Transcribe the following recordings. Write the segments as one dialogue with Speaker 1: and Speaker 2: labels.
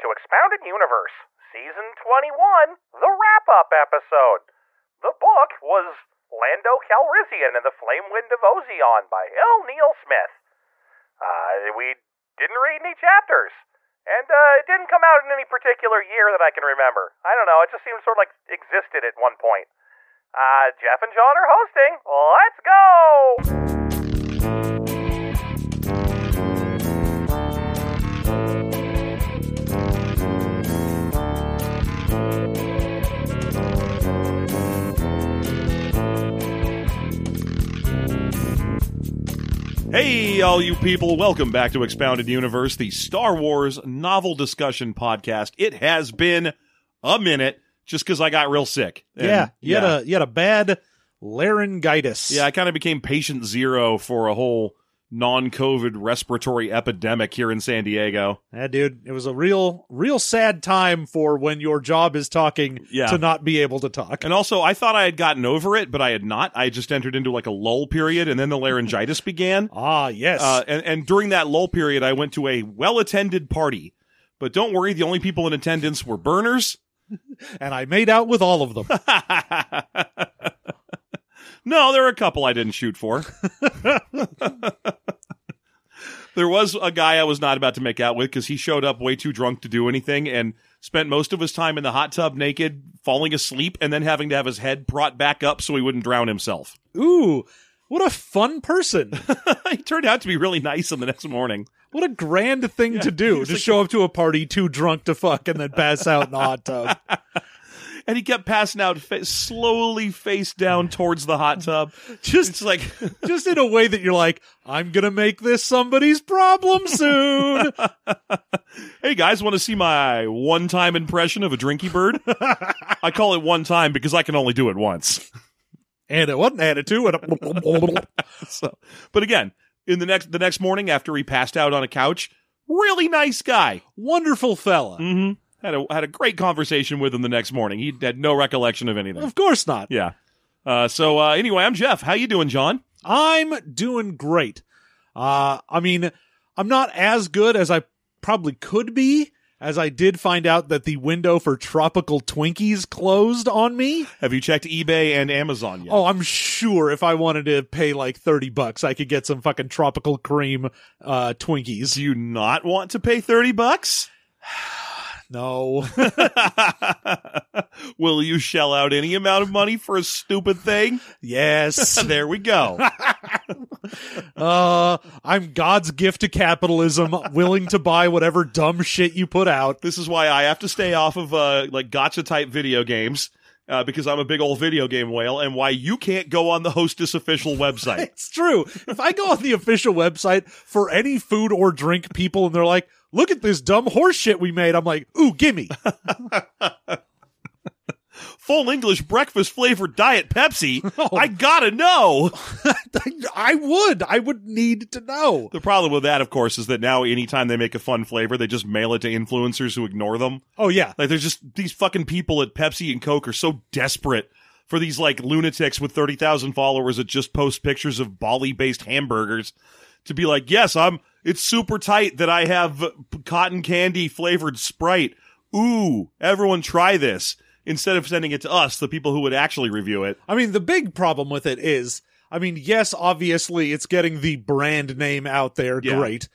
Speaker 1: to Expounded Universe, Season 21, the wrap up episode. The book was Lando Calrissian and the Flame Wind of Ozeon by L. Neil Smith. Uh, we didn't read any chapters, and uh, it didn't come out in any particular year that I can remember. I don't know, it just seems sort of like existed at one point. Uh, Jeff and John are hosting. Let's go!
Speaker 2: Hey, all you people, welcome back to Expounded Universe, the Star Wars novel discussion podcast. It has been a minute just because I got real sick. And,
Speaker 3: yeah, you
Speaker 2: yeah.
Speaker 3: had a you had a bad laryngitis.
Speaker 2: yeah, I kind of became patient zero for a whole non COVID respiratory epidemic here in San Diego.
Speaker 3: Yeah, dude, it was a real real sad time for when your job is talking
Speaker 2: Yeah.
Speaker 3: to not be able to talk.
Speaker 2: And also, I thought I had gotten over it, but I had not. I just entered into like a lull period, and then the laryngitis began.
Speaker 3: Ah, yes.
Speaker 2: Uh, and, and during that lull period, I went to a well attended party. But don't worry, the only people in attendance were burners.
Speaker 3: and I made out with all of them.
Speaker 2: no, there are a couple I didn't shoot for. there was a guy I was not about to make out with because he showed up way too drunk to do anything and spent most of his time in the hot tub naked, falling asleep, and then having to have his head brought back up so he wouldn't drown himself.
Speaker 3: Ooh, what a fun person.
Speaker 2: he turned out to be really nice on the next morning.
Speaker 3: What a grand thing to do. To show up to a party too drunk to fuck and then pass out in a hot tub.
Speaker 2: And he kept passing out fa- slowly face down towards the hot tub. It's
Speaker 3: Just
Speaker 2: like,
Speaker 3: just in a way that you're like, I'm gonna make this somebody's problem soon.
Speaker 2: Hey guys, want to see my one time impression of a drinky bird? I call it one time because I can only do it once.
Speaker 3: and it wasn't attitude. And
Speaker 2: So, but again, in the next the next morning after he passed out on a couch, really nice guy.
Speaker 3: wonderful fella.
Speaker 2: Mm-hmm. Had a had a great conversation with him the next morning. He had no recollection of anything.
Speaker 3: Of course not.
Speaker 2: Yeah. Uh, so uh, anyway, I'm Jeff. How you doing, John?
Speaker 3: I'm doing great. Uh, I mean, I'm not as good as I probably could be, as I did find out that the window for tropical Twinkies closed on me.
Speaker 2: Have you checked eBay and Amazon yet?
Speaker 3: Oh, I'm sure if I wanted to pay like 30 bucks, I could get some fucking tropical cream uh, Twinkies.
Speaker 2: do you not want to pay thirty bucks?
Speaker 3: No.
Speaker 2: Will you shell out any amount of money for a stupid thing?
Speaker 3: yes.
Speaker 2: There we go.
Speaker 3: Uh, I'm God's gift to capitalism, willing to buy whatever dumb shit you put out.
Speaker 2: This is why I have to stay off of uh, like gotcha type video games uh, because I'm a big old video game whale, and why you can't go on the Hostess official website.
Speaker 3: It's true. If I go on the official website for any food or drink people and they're like, look at this dumb horse shit we made, I'm like, ooh, gimme.
Speaker 2: Full English breakfast flavored diet Pepsi. I gotta know.
Speaker 3: I would. I would need to know.
Speaker 2: The problem with that, of course, is that now anytime they make a fun flavor, they just mail it to influencers who ignore them.
Speaker 3: Oh, yeah.
Speaker 2: Like there's just these fucking people at Pepsi and Coke are so desperate for these like lunatics with 30,000 followers that just post pictures of Bali-based hamburgers to be like, "Yes, I'm it's super tight that I have cotton candy flavored Sprite. Ooh, everyone try this." Instead of sending it to us, the people who would actually review it.
Speaker 3: I mean, the big problem with it is, I mean, yes, obviously it's getting the brand name out there.
Speaker 2: Yeah.
Speaker 3: Great.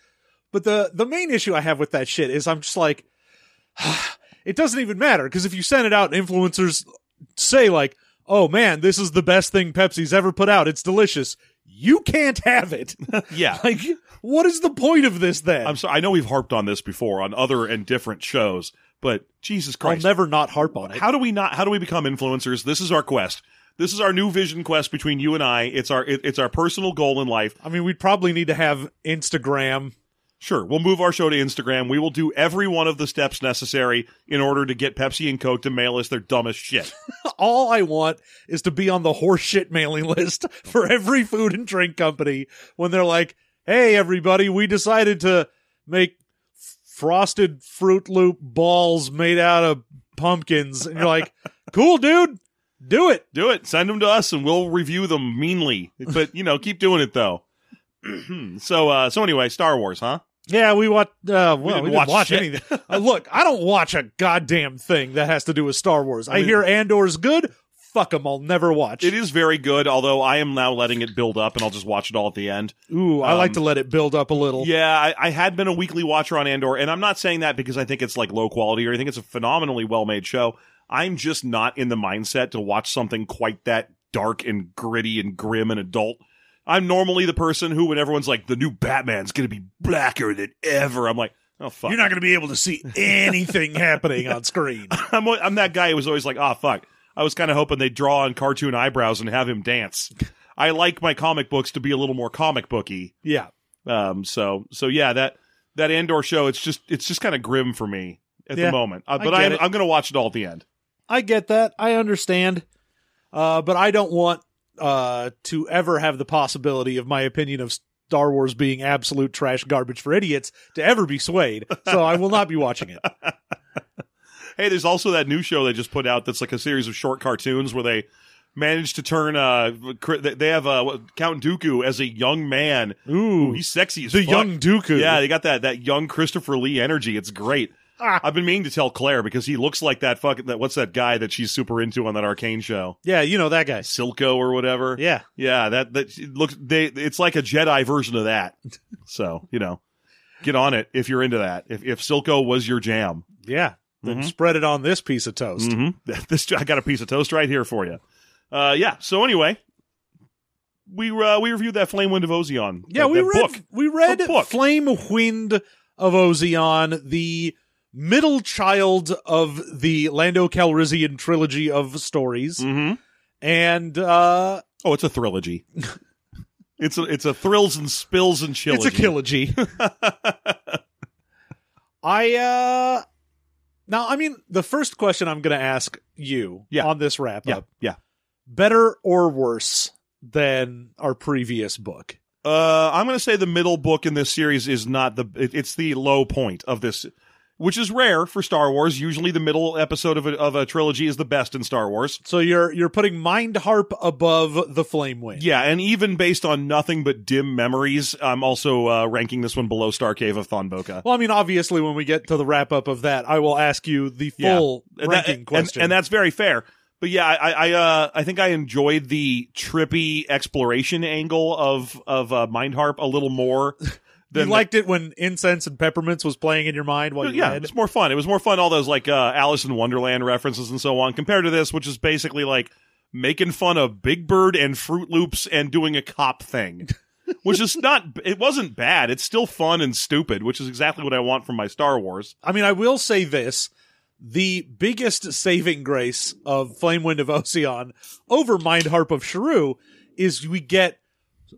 Speaker 3: But the, the main issue I have with that shit is I'm just like, it doesn't even matter because if you send it out, influencers say like, oh man, this is the best thing Pepsi's ever put out. It's delicious. You can't have it.
Speaker 2: Yeah.
Speaker 3: like, what is the point of this then?
Speaker 2: I'm sorry. I know we've harped on this before on other and different shows, but Jesus
Speaker 3: I'll
Speaker 2: Christ.
Speaker 3: never not harp on it.
Speaker 2: how do we not how do we become influencers this is our quest this is our new vision quest between you and i it's our it, it's our personal goal in life
Speaker 3: I mean, we'd probably need to have Instagram.
Speaker 2: sure we'll move our show to instagram we will do every one of the steps necessary in order to get pepsi and coke to mail us their dumbest shit
Speaker 3: All I want is to be on the horseshit mailing list for every food and drink company when they're like, "Hey, everybody, we decided to make f- frosted Fruit Loop balls made out of pumpkins," and you're like, "Cool, dude, do it."
Speaker 2: do it send them to us and we'll review them meanly but you know keep doing it though so uh so anyway star wars huh
Speaker 3: Yeah, we watched. Uh, well, we didn't, watch,
Speaker 2: shit.
Speaker 3: anything. Uh, look, I don't watch a goddamn thing that has to do with Star Wars. I
Speaker 2: mean-
Speaker 3: hear Andor's good. Fuck them. I'll never watch.
Speaker 2: It is very good, although I am now letting it build up, and I'll just watch it all at the end.
Speaker 3: Ooh, I like
Speaker 2: Um,
Speaker 3: to let it build up a little.
Speaker 2: Yeah, I, I had been a weekly watcher on Andor, and I'm not saying that because I think it's like low quality or I think it's a phenomenally well made show. I'm just not in the mindset to watch something quite that dark and gritty and grim and adult. I'm normally the person who, when everyone's like, the new Batman's going to be blacker than ever, I'm like, oh, fuck.
Speaker 3: You're not going to be able to see anything happening on screen.
Speaker 2: I'm, I'm that guy who was always like, ah, fuck. I was kind of hoping they'd draw on cartoon eyebrows and have him dance. I like my comic books to be a little more comic booky.
Speaker 3: Yeah.
Speaker 2: Um, so so yeah, that that Andor show, it's just it's just kind of grim for me at
Speaker 3: Yeah,
Speaker 2: the moment. Uh,
Speaker 3: I
Speaker 2: but
Speaker 3: get
Speaker 2: I'm
Speaker 3: it.
Speaker 2: I'm gonna watch it all at the end.
Speaker 3: I get that. I understand. Uh, but I don't want uh, to ever have the possibility of my opinion of Star Wars being absolute trash garbage for idiots to ever be swayed. So I will not be watching it.
Speaker 2: Hey, there's also that new show they just put out that's like a series of short cartoons where they manage to turn uh cri- they they have uh what- Count Dooku as a young man.
Speaker 3: Ooh,
Speaker 2: He's sexy as
Speaker 3: the
Speaker 2: fuck.
Speaker 3: young Dooku.
Speaker 2: Yeah, they got that that young Christopher Lee energy. It's great.
Speaker 3: Ah.
Speaker 2: I've been meaning to tell Claire because he looks like that fucking that what's that guy that she's super into on that arcane show?
Speaker 3: yeah, you know that guy.
Speaker 2: Silco or whatever.
Speaker 3: Yeah,
Speaker 2: Yeah, that that looks they it's like a Jedi version of that. So, you know, get on it if you're into that. If if Silco was your jam.
Speaker 3: yeah. Then
Speaker 2: Mhm.
Speaker 3: spread it on this piece of toast.
Speaker 2: Mhm. This I got a piece of toast right here for you. Uh yeah, so anyway, we uh, we reviewed that Flame Wind of Ozeon.
Speaker 3: Yeah,
Speaker 2: that,
Speaker 3: we
Speaker 2: that
Speaker 3: read
Speaker 2: book.
Speaker 3: we read
Speaker 2: The book.
Speaker 3: Flame Wind of Ozeon, the middle child of the Lando Calrissian trilogy of stories,
Speaker 2: Mhm.
Speaker 3: and uh,
Speaker 2: Oh, it's a trilogy. it's a it's a thrills and spills and chills.
Speaker 3: it's a killogy. I uh, now I mean the first question I'm going to ask you
Speaker 2: Yeah.
Speaker 3: on this wrap
Speaker 2: yeah,
Speaker 3: up:
Speaker 2: yeah.
Speaker 3: better or worse than our previous book?
Speaker 2: Uh, I'm going to say the middle book in this series is not the it, it's the low point of this, which is rare for Star Wars. Usually, the middle episode of a, of a trilogy is the best in Star Wars.
Speaker 3: So you're you're putting Mind Harp above the Flame Wind.
Speaker 2: Yeah, and even based on nothing but dim memories, I'm also uh, ranking this one below Starcave of Thon Boca.
Speaker 3: Well, I mean, obviously, when we get to the wrap up of that, I will ask you the
Speaker 2: Yeah.
Speaker 3: full
Speaker 2: And that-
Speaker 3: ranking
Speaker 2: and-
Speaker 3: question.
Speaker 2: and, that's very fair. But yeah, I I I, uh, I think I enjoyed the trippy exploration angle of of uh, Mind Harp a little more.
Speaker 3: you
Speaker 2: Than the-
Speaker 3: liked it when incense and peppermints was playing in your mind while you
Speaker 2: yeah,
Speaker 3: read.
Speaker 2: it's more fun. It was more fun. All those like uh, Alice in Wonderland references and so on, compared to this, which is basically like making fun of Big Bird and Fruit Loops and doing a cop thing, which is not. It wasn't bad. It's still fun and stupid, which is exactly what I want from my Star Wars.
Speaker 3: I mean, I will say this: the biggest saving grace of Flame Wind of Ocean over Mind Harp of Shrew is we get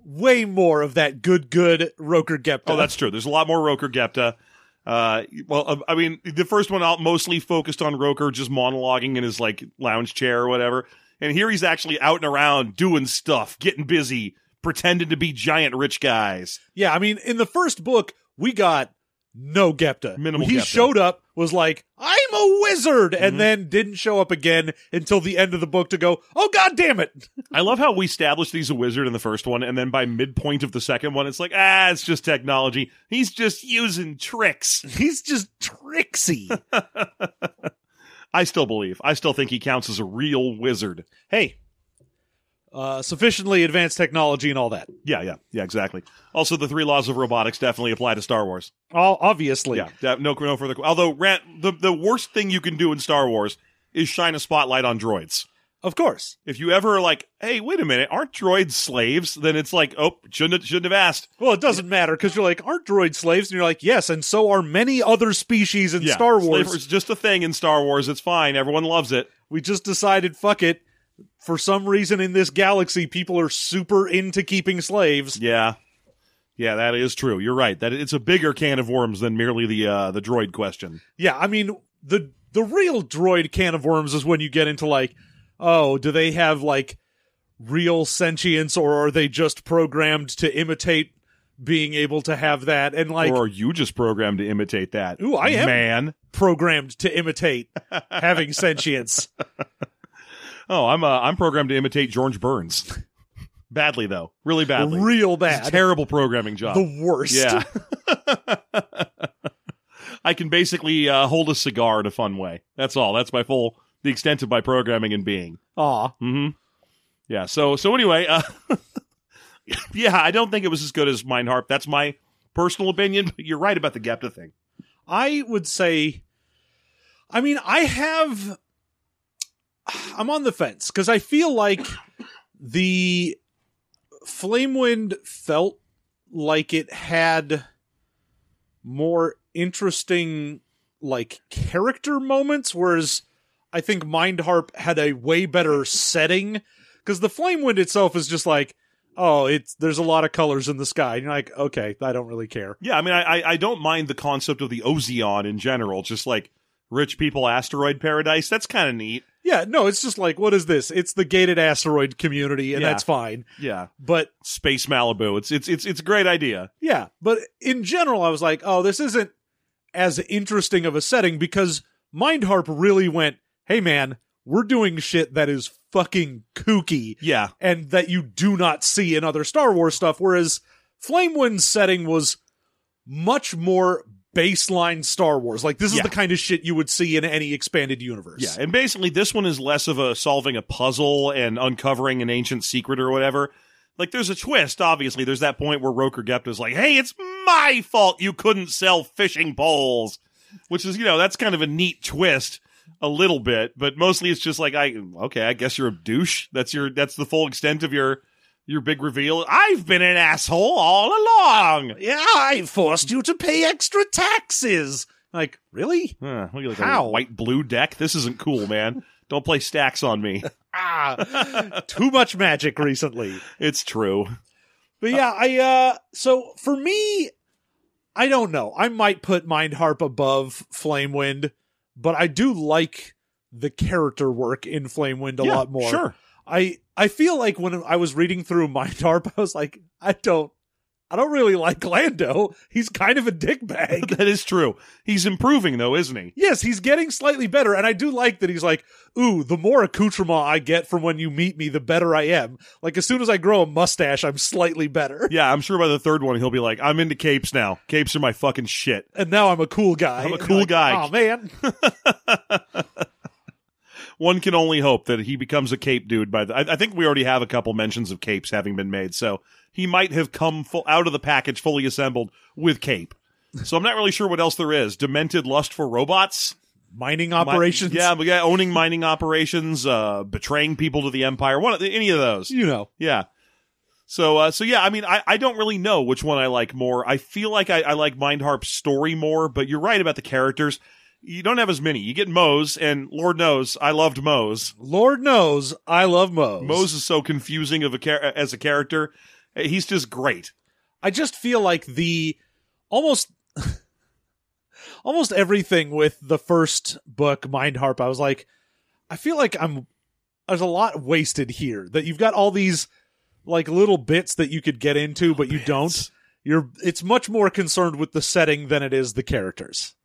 Speaker 3: way more of that good, good Roker Gepta.
Speaker 2: Oh, that's true. There's a lot more Roker Gepta. Uh, well, uh, I mean, the first one out mostly focused on Roker just monologuing in his like lounge chair or whatever, and here he's actually out and around doing stuff, getting busy, pretending to be giant rich guys.
Speaker 3: yeah. I mean, in the first book, we got no Gepta.
Speaker 2: Minimal
Speaker 3: He
Speaker 2: Gepta. Mm-hmm.
Speaker 3: showed up, was like, "I'm a wizard," and then didn't show up again until the end of the book to go, "Oh God damn it!"
Speaker 2: I love how we established he's a wizard in the first one, and then by midpoint of the second one, it's like, ah, it's just technology. He's just using tricks.
Speaker 3: He's just tricksy.
Speaker 2: I still believe. I still think he counts as a real wizard.
Speaker 3: hey, uh, sufficiently advanced technology and all that.
Speaker 2: Yeah, yeah, yeah, exactly. Also, the three laws of robotics definitely apply to Star Wars.
Speaker 3: All obviously.
Speaker 2: Yeah, that- no, no further. Although, rant, the the worst thing you can do in Star Wars is shine a spotlight on droids.
Speaker 3: Of course.
Speaker 2: If you ever are like, hey, wait a minute, aren't droids slaves? Then it's like, oh, shouldn't shouldn't have asked.
Speaker 3: Well, it doesn't matter because you're like, aren't droids slaves? And you're like, yes, and so are many other species in Star Wars.
Speaker 2: Slavery's just a thing in Star Wars. It's fine. Everyone loves it.
Speaker 3: We just decided, fuck it. For some reason in this galaxy, people are super into keeping slaves.
Speaker 2: Yeah. Yeah, that is true. You're right. That it's a bigger can of worms than merely the uh, the droid question.
Speaker 3: Yeah, I mean, the the real droid can of worms is when you get into like, oh, do they have like real sentience or are they just programmed to imitate being able to have that? And like,
Speaker 2: or are you just programmed to imitate that?
Speaker 3: Ooh, I am.
Speaker 2: Man.
Speaker 3: programmed to imitate having sentience.
Speaker 2: Oh, I'm uh, I'm programmed to imitate George Burns. Badly though, really badly.
Speaker 3: Real
Speaker 2: It's a
Speaker 3: bad.
Speaker 2: terrible programming job.
Speaker 3: The worst.
Speaker 2: yeah. I can basically uh, hold a cigar in a fun way. That's all. That's my full the extent of my programming and being.
Speaker 3: Aw.
Speaker 2: hmm Yeah. So so anyway, uh, yeah, I don't think it was as good as Mine Harp. That's my personal opinion. But you're right about the Gepta thing.
Speaker 3: I would say, I mean, I have, I'm on the fence because I feel like the Flamewind felt like it had more interesting, like, character moments, whereas I think Mind Harp had a way better setting because the Flamewind itself is just like, oh, it's there's a lot of colors in the sky. And you're like, okay, I don't really care.
Speaker 2: Yeah, I mean, I I- I don't mind the concept of the Ozeon in general. Just like rich people asteroid paradise. That's kind of neat.
Speaker 3: Yeah, no, it's just like, what is this? It's the gated asteroid community, and
Speaker 2: Yeah.
Speaker 3: that's fine.
Speaker 2: Yeah,
Speaker 3: But
Speaker 2: space Malibu. It's it's it's it's a great idea.
Speaker 3: yeah, but in general, I was like, oh, this isn't as interesting of a setting because Mind Harp really went, hey, man, we're doing shit that is fucking kooky
Speaker 2: Yeah,
Speaker 3: and that you do not see in other Star Wars stuff. Whereas Flamewind's setting was much more baseline Star Wars. Like, this is
Speaker 2: Yeah.
Speaker 3: the kind of shit you would see in any expanded universe.
Speaker 2: Yeah, and basically this one is less of a solving a puzzle and uncovering an ancient secret or whatever. Like there's a twist, obviously. There's that point where Roker Gepta's like, "Hey, it's my fault you couldn't sell fishing poles," which is you know that's kind of a neat twist, a little bit, but mostly it's just like, "I okay, I guess you're a douche." That's your that's the full extent of your your big reveal. I've been an asshole all along.
Speaker 3: Yeah, I forced you to pay extra taxes. Like, really?
Speaker 2: Huh, look at like
Speaker 3: How?
Speaker 2: a white blue deck. This isn't cool, man. Don't play stacks on me.
Speaker 3: Ah, too much magic recently.
Speaker 2: It's true.
Speaker 3: But yeah, I uh so for me, I don't know. I might put Mind Harp above Flamewind, but I do like the character work in Flamewind a
Speaker 2: Yeah,
Speaker 3: lot more.
Speaker 2: Sure.
Speaker 3: I I feel like when I was reading through Mind Harp, I was like, I don't I don't really like Lando. He's kind of a dickbag.
Speaker 2: that is true. He's improving though, isn't he?
Speaker 3: Yes, he's getting slightly better, and I do like that he's like, ooh, the more accoutrement I get from when you meet me, the better I am. Like as soon as I grow a mustache, I'm slightly better.
Speaker 2: Yeah, I'm sure by the third one he'll be like, I'm into capes now. Capes are my fucking shit.
Speaker 3: And now I'm a cool guy.
Speaker 2: I'm a
Speaker 3: And
Speaker 2: cool
Speaker 3: you're like,
Speaker 2: guy.
Speaker 3: Oh man.
Speaker 2: One can only hope that he becomes a cape dude by the I, I think we already have a couple mentions of capes having been made, so he might have come full out of the package fully assembled with cape. So I'm not really sure what else there is. Demented lust for robots.
Speaker 3: Mining
Speaker 2: Mi-
Speaker 3: operations.
Speaker 2: yeah, but yeah, owning mining operations, uh, betraying people to the empire. One of the, any of those.
Speaker 3: You know.
Speaker 2: Yeah. So uh, so yeah, I mean, I, I don't really know which one I like more. I feel like I, I like Mind Harp's story more, but you're right about the characters. You don't have as many. You get Mose, and Lord knows I loved Mose.
Speaker 3: Lord knows I love Moe's.
Speaker 2: Mose is so confusing of a char- as a character. He's just great.
Speaker 3: I just feel like the almost almost everything with the first book, Mind Harp, I was like, I feel like I'm there's a lot wasted here. That you've got all these like little bits that you could get into, but you don't. You're it's much more concerned with the setting than it is the characters.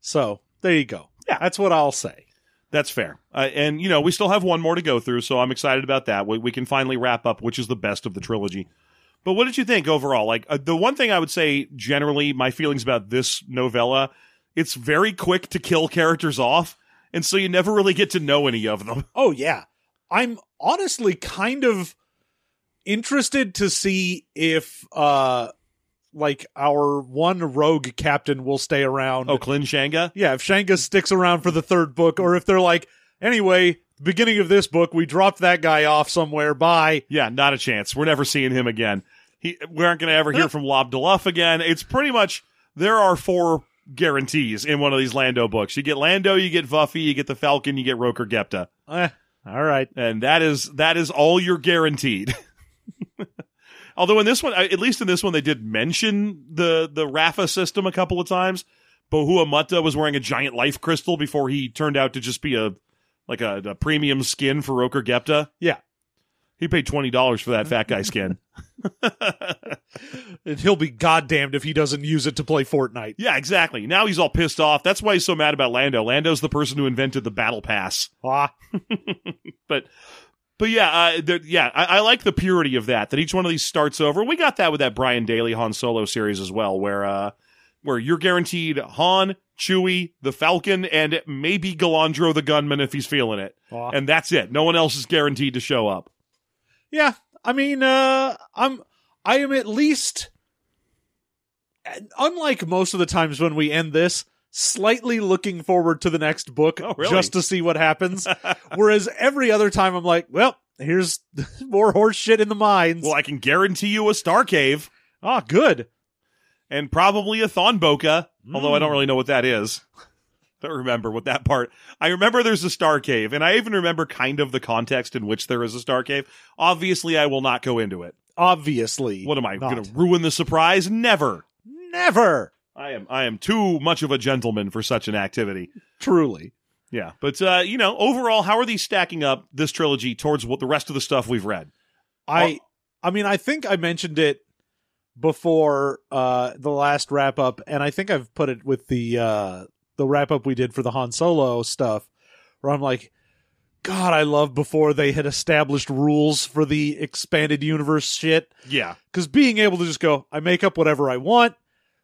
Speaker 3: So there you go.
Speaker 2: Yeah.
Speaker 3: That's what I'll say.
Speaker 2: That's fair. Uh, and you know, we still have one more to go through, so I'm excited about that. We, we can finally wrap up, which is the best of the trilogy. But what did you think overall? Like uh, the one thing I would say generally, my feelings about this novella, it's very quick to kill characters off, and so you never really get to know any of them.
Speaker 3: Oh yeah. I'm honestly kind of interested to see if uh like our one rogue captain will stay around.
Speaker 2: Oh, Clin Shanga.
Speaker 3: Yeah, if Shanga sticks around for the third book or if they're like anyway, beginning of this book we dropped that guy off somewhere. Bye.
Speaker 2: Yeah, not a chance. We're never seeing him again. He, we aren't going to ever hear from Lob Deluff again. It's pretty much there are four guarantees in one of these Lando books. You get Lando, you get Vuffy, you get the Falcon, you get Roker Gepta.
Speaker 3: Eh, all right.
Speaker 2: and that is that is all you're guaranteed. Although in this one, at least in this one, they did mention the the Rafa system a couple of times. Bohua Mutta was wearing a giant life crystal before he turned out to just be a like a, a premium skin for Roker Gepta.
Speaker 3: Yeah.
Speaker 2: He paid twenty dollars for that fat guy skin.
Speaker 3: And he'll be goddamned if he doesn't use it to play Fortnite.
Speaker 2: yeah, exactly. Now he's all pissed off. That's why he's so mad about Lando. Lando's the person who invented the battle pass.
Speaker 3: Ah,
Speaker 2: but But yeah, uh, there- yeah, I, I like the purity of that. That each one of these starts over. We got that with that Brian Daly Han Solo series as well, where uh, where you're guaranteed Han, Chewie, the Falcon, and maybe Galandro the Gunman if he's feeling it,
Speaker 3: Aw.
Speaker 2: and that's it. No one else is guaranteed to show up.
Speaker 3: yeah, I mean, uh, I'm I am at least, unlike most of the times when we end this, slightly looking forward to the next book
Speaker 2: Oh, really?
Speaker 3: just to see what happens. Whereas every other time, I'm like, well, here's more horse shit in the mines.
Speaker 2: Well, I can guarantee you a Star Cave
Speaker 3: Ah, good.
Speaker 2: and probably a Thonboka, although I don't
Speaker 3: Mm.
Speaker 2: really know what that is. Don't remember what that part. I remember there's a star cave, and I even remember kind of the context in which there is a star cave. Obviously, I will not go into it.
Speaker 3: Obviously,
Speaker 2: What am I
Speaker 3: not.
Speaker 2: going to ruin the surprise? Never.
Speaker 3: Never.
Speaker 2: I am. I am too much of a gentleman for such an activity.
Speaker 3: Truly.
Speaker 2: Yeah, but uh, you know, overall, how are these stacking up this trilogy towards what the rest of the stuff we've read?
Speaker 3: I I mean I think I mentioned it before uh the last wrap up and I think I've put it with the uh the wrap up we did for the Han Solo stuff where I'm like god I love before they had established rules for the expanded universe shit
Speaker 2: Yeah,
Speaker 3: cuz being able to just go I make up whatever I want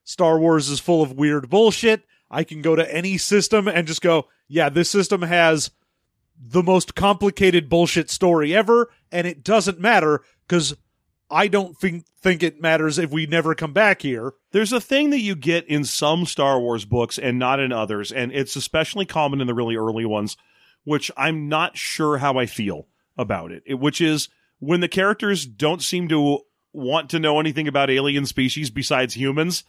Speaker 3: Star Wars is full of weird bullshit I can go to any system and just go yeah this system has the most complicated bullshit story ever, and it doesn't matter because I don't think think it matters if we never come back here.
Speaker 2: There's a thing that you get in some Star Wars books and not in others, and it's especially common in the really early ones, which I'm not sure how I feel about it. it which is when the characters don't seem to want to know anything about alien species besides humans,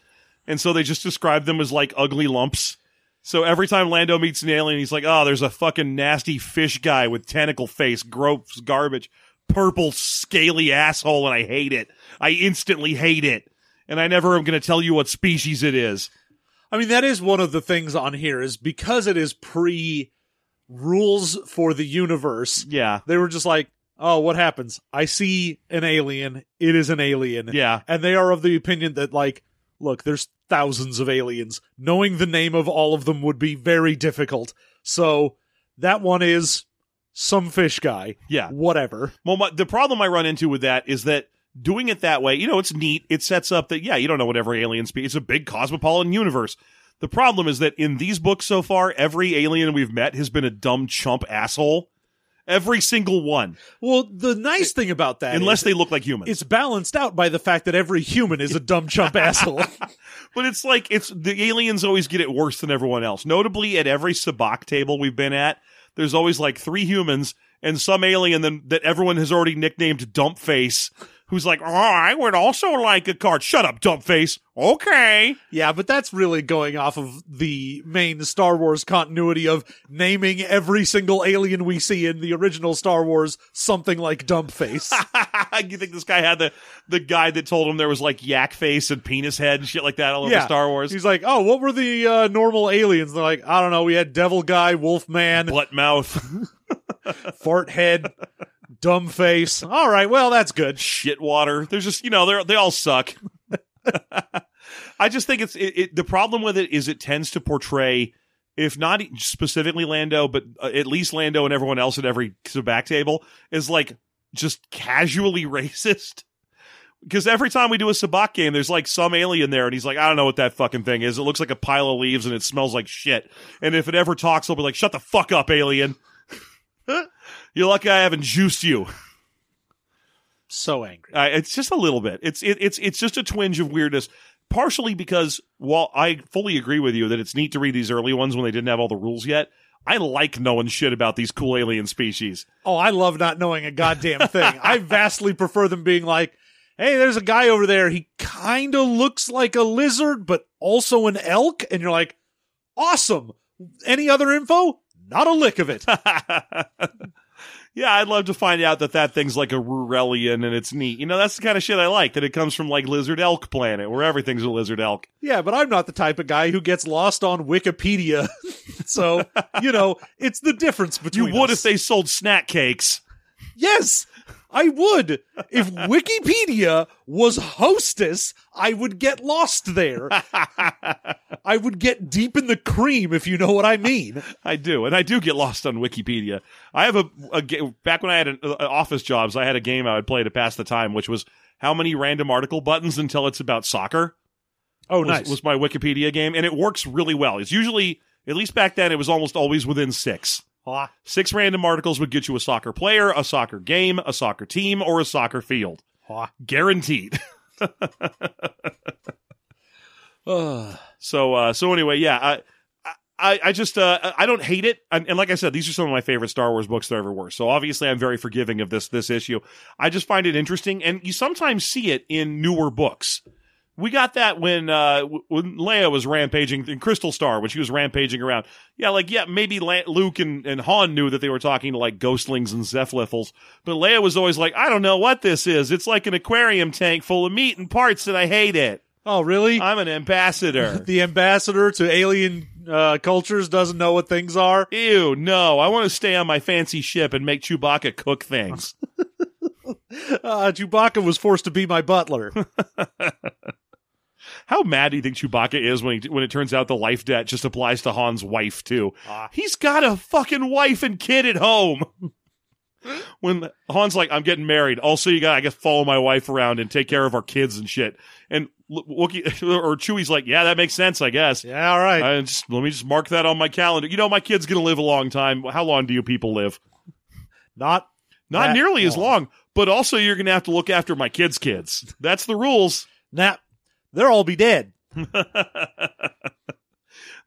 Speaker 2: and so they just describe them as like ugly lumps. So every time Lando meets an alien, he's like, "Oh, there's a fucking nasty fish guy with tentacle face, gropes garbage, purple scaly asshole, and I hate it. I instantly hate it." and I never am going to tell you what species it is.
Speaker 3: I mean, that is one of the things on here is because it is pre rules for the universe.
Speaker 2: Yeah.
Speaker 3: They were just like, oh, what happens? I see an alien. It is an alien.
Speaker 2: Yeah.
Speaker 3: and they are of the opinion that like look there's thousands of aliens knowing the name of all of them would be very difficult so that one is some fish guy
Speaker 2: Yeah.
Speaker 3: whatever
Speaker 2: Well, my, the problem I run into with that is that doing it that way, you know, it's neat. It sets up that, yeah, you don't know what every alien species, it's a big cosmopolitan universe. The problem is that in these books so far, every alien we've met has been a dumb chump asshole. Every single one,
Speaker 3: well the nice thing about that
Speaker 2: unless
Speaker 3: is
Speaker 2: they look like humans.
Speaker 3: it's balanced out by the fact that every human is a dumb chump asshole
Speaker 2: but it's like it's the aliens always get it worse than everyone else. Notably, at every sabacc table we've been at, there's always like three humans and some alien then, that everyone has already nicknamed Dumpface, who's like, "Oh, I would also like a card." Shut up, Dumpface. Okay.
Speaker 3: yeah but that's really going off of the main star wars continuity of naming every single alien we see in the original star wars something like dumpface
Speaker 2: you think this guy had the the guy that told him there was like yak face and penis head and shit like that all over
Speaker 3: Yeah.
Speaker 2: Star Wars?
Speaker 3: He's like, oh, what were the uh, normal aliens? They're like, I don't know. We had Devil Guy, Wolf Man,
Speaker 2: Butt mouth,
Speaker 3: Fart Head, Dumb Face. All right, well, that's good.
Speaker 2: shit water. There's just you know they are they all suck. I just think it's it, it, the problem with it is it tends to portray, if not specifically Lando, but uh, at least Lando and everyone else at every back table is like just casually racist. Because every time we do a sabacc game, there's like some alien there, and he's like, "I don't know what that fucking thing is. It looks like a pile of leaves, and it smells like shit. And if it ever talks, I'll be like, shut the fuck up, alien. You're lucky I haven't juiced you.'"
Speaker 3: So angry.
Speaker 2: I Uh, it's just a little bit. It's it, it's it's just a twinge of weirdness, partially because while I fully agree with you that it's neat to read these early ones when they didn't have all the rules yet. I like knowing shit about these cool alien species.
Speaker 3: Oh, I love not knowing a goddamn thing. I vastly prefer them being like, hey, there's a guy over there. He kind of looks like a lizard, but also an elk. And you're like, awesome. Any other info? Not a lick of it.
Speaker 2: Yeah, I'd love to find out that that thing's like a Rurelian and it's neat. You know, that's the kind of shit I like. That it comes from like lizard elk planet where everything's a lizard elk.
Speaker 3: Yeah, but I'm not the type of guy who gets lost on Wikipedia. so, you know, it's the difference
Speaker 2: You
Speaker 3: between
Speaker 2: would
Speaker 3: us.
Speaker 2: if they sold snack cakes.
Speaker 3: Yes, I would. If Wikipedia was hostess, I would get lost there. I would get deep in the cream if you know what I mean.
Speaker 2: I do, and I do get lost on Wikipedia. I have a, a ga- back when I had an, uh, office jobs, I had a game I would play to pass the time, which was how many random article buttons until it's about soccer.
Speaker 3: Oh,
Speaker 2: was, was my Wikipedia game, and it works really well. It's usually, at least back then, it was almost always within six.
Speaker 3: Ah,
Speaker 2: Six random articles would get you a soccer player, a soccer game, a soccer team, or a soccer field.
Speaker 3: ah.
Speaker 2: Guaranteed.
Speaker 3: Ugh.
Speaker 2: So uh, so anyway, yeah, I I, I just uh, I don't hate it, and, and like I said, these are some of my favorite Star Wars books there ever were. So obviously, I'm very forgiving of this this issue. I just find it interesting, and you sometimes see it in newer books. We got that when uh, w- when Leia was rampaging in Crystal Star, when she was rampaging around. Yeah, like yeah, maybe La- Luke and, and Han knew that they were talking to like ghostlings and zephlithals, but Leia was always like, I don't know what this is. It's like an aquarium tank full of meat and parts, and I hate it.
Speaker 3: Oh, really?
Speaker 2: I'm an ambassador.
Speaker 3: the ambassador to alien uh, cultures doesn't know what things are.
Speaker 2: Ew, no. I want to stay on my fancy ship and make Chewbacca cook things.
Speaker 3: Uh, Chewbacca was forced to be my butler.
Speaker 2: How mad do you think Chewbacca is when he, when it turns out the life debt just applies to Han's wife too?
Speaker 3: Ah.
Speaker 2: He's got a fucking wife and kid at home. when Han's like, "I'm getting married," also you got I guess follow my wife around and take care of our kids and shit. And L- Wookie or Chewie's like, "Yeah, that makes sense, I guess."
Speaker 3: yeah, all right.
Speaker 2: I just, let me just mark that on my calendar. You know, my kid's gonna live a long time. How long do you people live?
Speaker 3: Not
Speaker 2: Not
Speaker 3: that
Speaker 2: nearly as
Speaker 3: long.
Speaker 2: long, but also you're going to have to look after my kids' kids. That's the rules.
Speaker 3: now. They'll all be dead.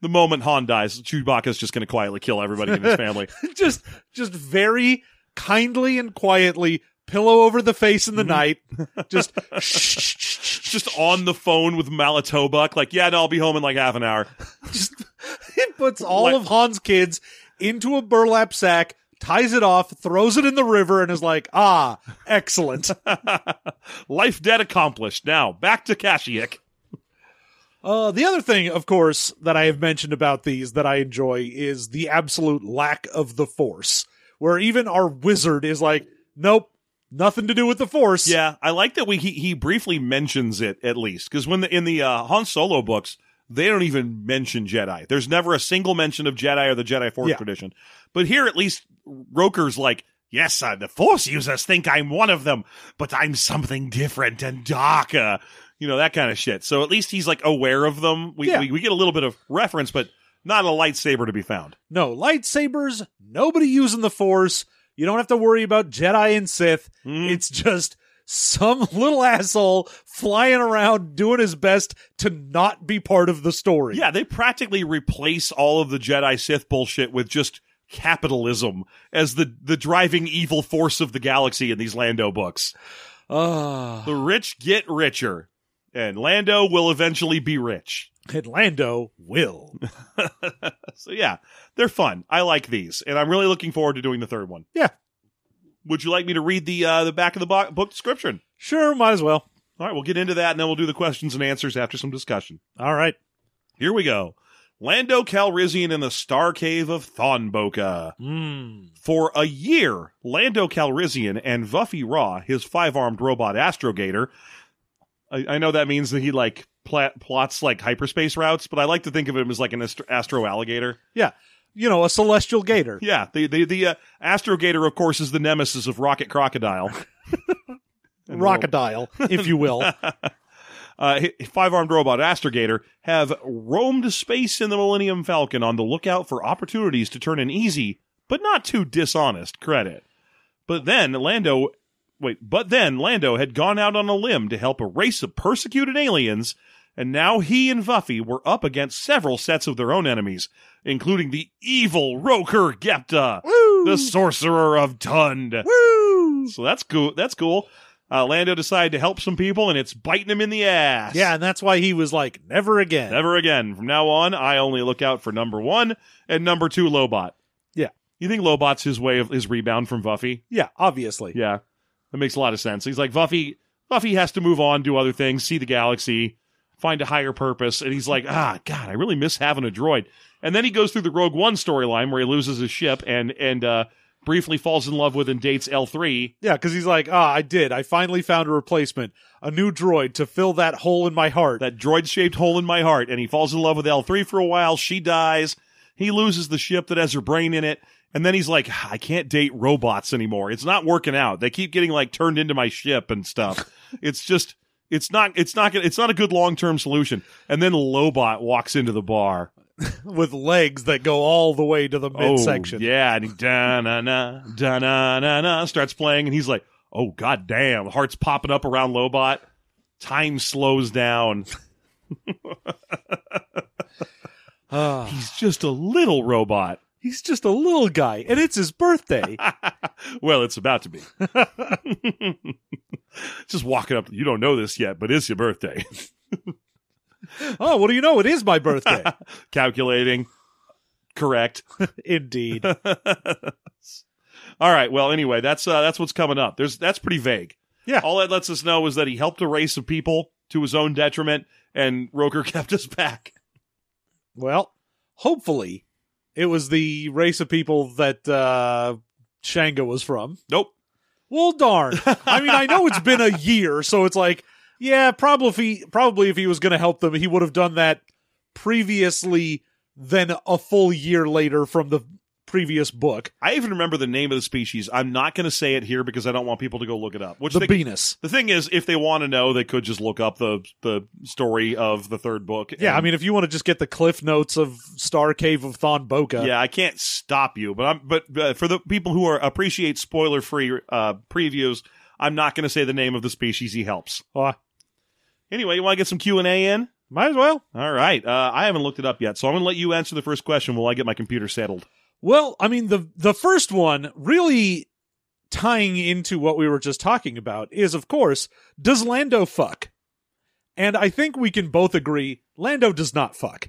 Speaker 2: The moment Han dies, Chewbacca's just going to quietly kill everybody in his family.
Speaker 3: just, just very kindly and quietly pillow over the face in the night. Just
Speaker 2: just on the phone with Malatobuck, like, yeah, no, I'll be home in like half an hour.
Speaker 3: just it puts all
Speaker 2: Like-
Speaker 3: of Han's kids into a burlap sack, ties it off, throws it in the river, and is like, "Ah, excellent."
Speaker 2: Life debt accomplished. Now, back to Kashyyyk.
Speaker 3: uh, the other thing, of course, that I have mentioned about these that I enjoy is the absolute lack of the Force, where even our wizard is like, "Nope, nothing to do with the Force."
Speaker 2: Yeah, I like that we he, he briefly mentions it at least because when the in the uh, Han Solo books they don't even mention Jedi. There's never a single mention of Jedi or the Jedi Force
Speaker 3: Yeah.
Speaker 2: tradition. But here at least Roker's like, yes, uh, the Force users think I'm one of them, but I'm something different and darker. You know that kind of shit. So at least he's like aware of them. We
Speaker 3: Yeah.
Speaker 2: we, we get a little bit of reference, but not a lightsaber to be found.
Speaker 3: No lightsabers. Nobody using the Force. You don't have to worry about Jedi and Sith.
Speaker 2: Mm.
Speaker 3: It's just some little asshole flying around doing his best to not be part of the story.
Speaker 2: Yeah, they practically replace all of the Jedi Sith bullshit with just capitalism as the the driving evil force of the galaxy in these Lando books.
Speaker 3: Ah.
Speaker 2: The rich get richer, and Lando will eventually be rich.
Speaker 3: and Lando will.
Speaker 2: So yeah, they're fun. I like these, and I'm really looking forward to doing the third one.
Speaker 3: Yeah.
Speaker 2: Would you like me to read the uh, the back of the bo- book description?
Speaker 3: Sure, might as well.
Speaker 2: All right, we'll get into that, and then we'll do the questions and answers after some discussion.
Speaker 3: All right.
Speaker 2: Here we go. Lando Calrissian in the Star Cave of Thonboka.
Speaker 3: Mm.
Speaker 2: For a year, Lando Calrissian and Vuffy Raw, his five-armed robot Astrogator. I, I know that means that he like pla- plots like hyperspace routes, but I like to think of him as like an ast- astro alligator.
Speaker 3: Yeah. You know, a celestial gator.
Speaker 2: Yeah, the the the uh, Astrogator, of course, is the nemesis of Rocket Crocodile. And
Speaker 3: Rockadile, if you will.
Speaker 2: uh, hi- five-armed robot Astrogator have roamed space in the Millennium Falcon on the lookout for opportunities to turn an easy but not too dishonest credit. But then Lando, wait, but then Lando had gone out on a limb to help a race of persecuted aliens, and now he and Vuffy were up against several sets of their own enemies, including the evil Roker Gepta,
Speaker 3: Woo!
Speaker 2: the sorcerer of Tund.
Speaker 3: Woo!
Speaker 2: So that's cool. That's cool. Uh, Lando decided to help some people, and it's biting him in the ass.
Speaker 3: Yeah, and that's why he was like, never again.
Speaker 2: Never again. From now on, I only look out for number one and number two Lobot.
Speaker 3: Yeah.
Speaker 2: You think Lobot's his way of his rebound from Buffy?
Speaker 3: Yeah, obviously.
Speaker 2: Yeah. That makes a lot of sense. He's like, Buffy, Buffy has to move on, do other things, see the galaxy, find a higher purpose. And he's like, ah, God, I really miss having a droid. And then he goes through the Rogue One storyline where he loses his ship and, and, uh, briefly falls in love with and dates L3.
Speaker 3: Yeah, because he's like, ah, I did. I finally found a replacement, a new droid to fill that hole in my heart.
Speaker 2: that droid shaped hole in my heart. And he falls in love with L3 for a while. She dies. He loses the ship that has her brain in it. And then he's like, I can't date robots anymore. It's not working out. They keep getting like turned into my ship and stuff. it's just, it's not, it's not, gonna- it's not a good long term solution. And then Lobot walks into the bar.
Speaker 3: with legs that go all the way to the midsection.
Speaker 2: Oh, yeah, and he da na na da na na na starts playing, and he's like, "Oh god damn!" Heart's popping up around Lobot. Time slows down.
Speaker 3: Ah,
Speaker 2: He's just a little robot.
Speaker 3: he's just a little guy, and it's his birthday.
Speaker 2: well, it's about to be. Just walking up. You don't know this yet, but it's your birthday.
Speaker 3: oh, what do you know? It is my birthday.
Speaker 2: Calculating. Correct.
Speaker 3: Indeed.
Speaker 2: All right. Well, anyway, that's uh, that's what's coming up. There's that's pretty vague.
Speaker 3: Yeah.
Speaker 2: All that lets us know is that he helped a race of people to his own detriment, and Roker kept us back.
Speaker 3: Well, hopefully, it was the race of people that uh, Shanga was from.
Speaker 2: Nope.
Speaker 3: Well, darn. I mean, I know it's been a year, so it's like, yeah, probably if he, probably if he was going to help them, he would have done that previously than a full year later from the previous book,
Speaker 2: I even remember the name of the species. I'm not going to say it here because I don't want people to go look it up. Which
Speaker 3: the
Speaker 2: they,
Speaker 3: Venus.
Speaker 2: the thing is, if they want to know, they could just look up the the story of the third book.
Speaker 3: Yeah,
Speaker 2: and-
Speaker 3: I mean, if you want to just get the cliff notes of Star Cave of Thon Boca,
Speaker 2: yeah, I can't stop you, but I'm but uh, for the people who are appreciate spoiler free uh, previews, I'm not going to say the name of the species he helps.
Speaker 3: uh,
Speaker 2: Anyway, you want to get some Q and A in?
Speaker 3: might as well.
Speaker 2: All right, uh, I haven't looked it up yet, so I'm going to let you answer the first question while I get my computer settled.
Speaker 3: Well, I mean the the first one really tying into what we were just talking about is of course, does Lando fuck? And I think we can both agree Lando does not fuck.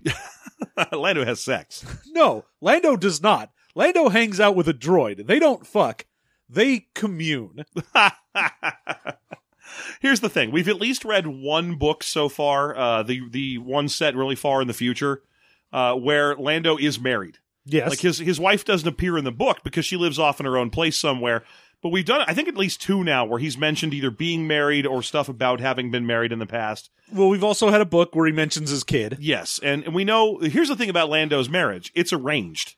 Speaker 2: Lando has sex.
Speaker 3: no, Lando does not. Lando hangs out with a droid. They don't fuck. They commune.
Speaker 2: Here's the thing: we've at least read one book so far, uh, the the one set really far in the future, uh, where Lando is married.
Speaker 3: Yes.
Speaker 2: Like his his wife doesn't appear in the book because she lives off in her own place somewhere. But we've done I think at least two now where he's mentioned either being married or stuff about having been married in the past.
Speaker 3: well, we've also had a book where he mentions his kid.
Speaker 2: Yes, and, and we know here's the thing about Lando's marriage: it's arranged.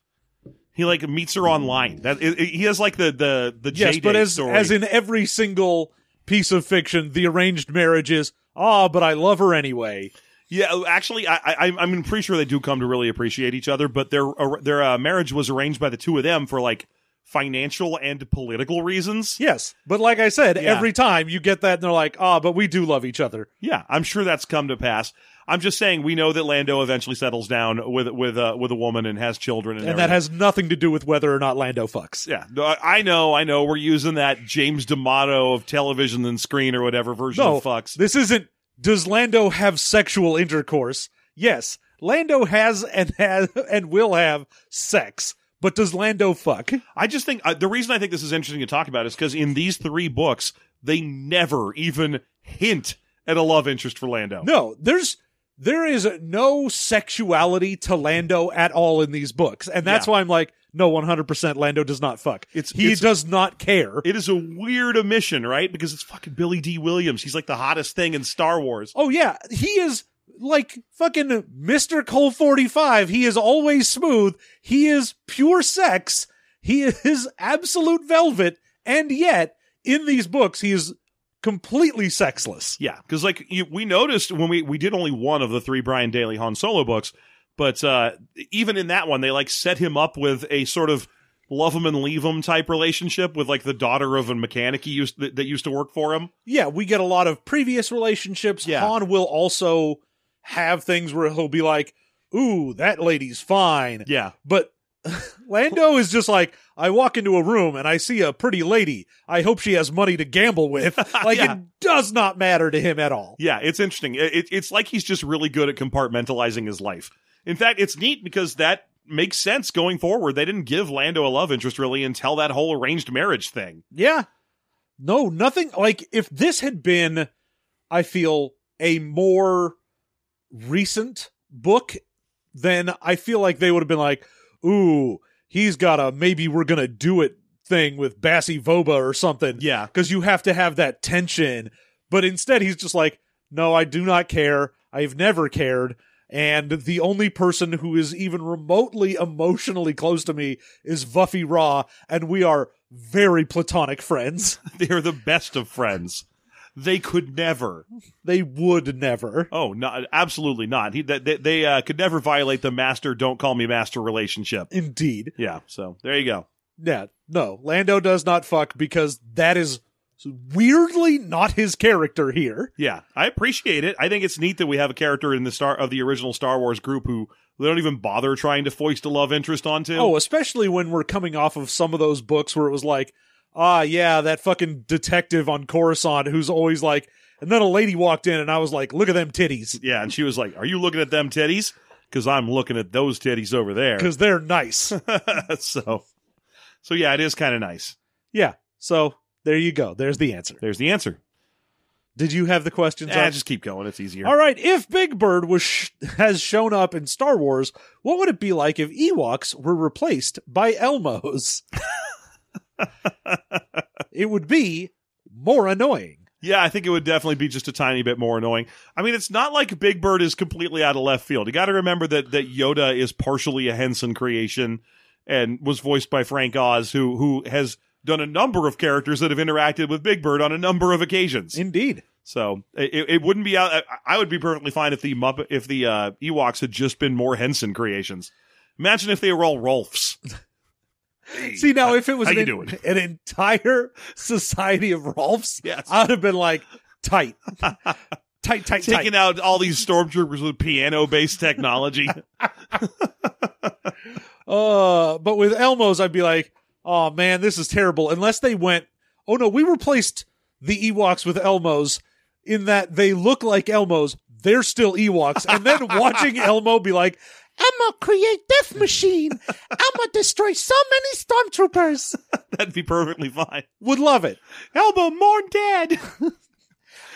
Speaker 2: He like meets her online. That it, it- he has like the the the
Speaker 3: Yes,
Speaker 2: J-date
Speaker 3: but as
Speaker 2: story.
Speaker 3: as in every single piece of fiction, the arranged marriage is, "Ah, but I love her anyway."
Speaker 2: yeah, actually, I, I I'm- I'm pretty sure they do come to really appreciate each other. But their their uh, marriage was arranged by the two of them for like financial and political reasons.
Speaker 3: Yes, but like I said,
Speaker 2: Yeah.
Speaker 3: every time you get that, and they're like, "Ah, but we do love each other."
Speaker 2: Yeah, I'm sure that's come to pass. I'm just saying we know that Lando eventually settles down with with uh, with a woman and has children, and,
Speaker 3: And that
Speaker 2: everything.
Speaker 3: has nothing to do with whether or not Lando fucks.
Speaker 2: yeah. No, I I know, I know. We're using that James D'Amato of television and screen or whatever version
Speaker 3: No,
Speaker 2: of fucks.
Speaker 3: this isn't. Does Lando have sexual intercourse? Yes, Lando has and has and will have sex. But does Lando fuck?
Speaker 2: I just think uh, the reason I think this is interesting to talk about is because in these three books they never even hint at a love interest for Lando.
Speaker 3: No, there's there is no sexuality to Lando at all in these books, and that's
Speaker 2: Yeah.
Speaker 3: why I'm like, no, 100 percent Lando does not fuck.
Speaker 2: It's-
Speaker 3: he
Speaker 2: it's-
Speaker 3: does not care.
Speaker 2: It is a weird omission, right? Because it's fucking Billy D. Williams. He's like the hottest thing in Star Wars.
Speaker 3: Oh yeah, he is like fucking Mr. Cole 45. He is always smooth. He is pure sex. He is absolute velvet and yet in these books he is completely sexless.
Speaker 2: Yeah, because like you, we noticed when we we did only one of the three Brian Daley Han Solo books, but uh, even in that one, they like set him up with a sort of love him and leave him type relationship with like the daughter of a mechanic he used that, that used to work for him.
Speaker 3: Yeah, we get a lot of previous relationships.
Speaker 2: Yeah.
Speaker 3: Han will also have things where he'll be like, "Ooh, that lady's fine."
Speaker 2: Yeah,
Speaker 3: But Lando is just like, I walk into a room and I see a pretty lady. I hope she has money to gamble with. Like,
Speaker 2: Yeah.
Speaker 3: it does not matter to him at all.
Speaker 2: yeah, it's interesting. It, it, it's like he's just really good at compartmentalizing his life. In fact, it's neat because that makes sense going forward. They didn't give Lando a love interest really until that whole arranged marriage thing.
Speaker 3: Yeah. No, nothing. Like, if this had been, I feel, a more recent book, then I feel like they would have been like, ooh, he's got a maybe we're going to do it thing with Bassy Voba or something.
Speaker 2: Yeah.
Speaker 3: Because you have to have that tension. But instead, he's just like, no, I do not care. I've never cared. And the only person who is even remotely emotionally close to me is Vuffy Raw, and we are very platonic friends.
Speaker 2: They're the best of friends. They could never.
Speaker 3: They would never.
Speaker 2: Oh, no, absolutely not. He, they they- they uh, could never violate the master, don't call me master relationship.
Speaker 3: Indeed.
Speaker 2: Yeah, so there you go.
Speaker 3: Yeah, no, Lando does not fuck because that is weirdly not his character here.
Speaker 2: Yeah, I appreciate it. I think it's neat that we have a character in the star of the original Star Wars group who they don't even bother trying to foist a love interest onto.
Speaker 3: Oh, especially when we're coming off of some of those books where it was like, ah, yeah, that fucking detective on Coruscant who's always like, and then a lady walked in and I was like, look at them titties
Speaker 2: yeah, and she was like, "Are you looking at them titties? Because I'm looking at those titties over there."
Speaker 3: because they're nice.
Speaker 2: so, so yeah, it is kind of nice.
Speaker 3: yeah, so there you go. There's the answer.
Speaker 2: There's the answer.
Speaker 3: Did you have the questions?
Speaker 2: Eh,
Speaker 3: up?
Speaker 2: just keep going; it's easier.
Speaker 3: All right, if Big Bird was sh- has shown up in Star Wars, what would it be like if Ewoks were replaced by Elmos? it would be more annoying.
Speaker 2: Yeah, I think it would definitely be just a tiny bit more annoying. I mean, it's not like Big Bird is completely out of left field. You got to remember that that Yoda is partially a Henson creation and was voiced by Frank Oz, who who has done a number of characters that have interacted with Big Bird on a number of occasions.
Speaker 3: Indeed.
Speaker 2: So it, it wouldn't be out. I- I would be perfectly fine if the Muppet, if the uh, Ewoks had just been more Henson creations. Imagine if they were all Rolfs.
Speaker 3: See now, if it was
Speaker 2: how
Speaker 3: an,
Speaker 2: you doing?
Speaker 3: an entire society of Rolfs,
Speaker 2: Yes.
Speaker 3: I'd have been like tight, tight, tight, tight.
Speaker 2: Taking out all these stormtroopers with piano-based technology.
Speaker 3: Uh, but with Elmos, I'd be like, oh man, this is terrible. Unless they went, oh no, we replaced the Ewoks with Elmos in that they look like Elmos. They're still Ewoks. And then watching Elmo be like, I'm a create death machine. I'm a destroy so many stormtroopers.
Speaker 2: That'd be perfectly fine.
Speaker 3: Would love it.
Speaker 2: Elmo more dead.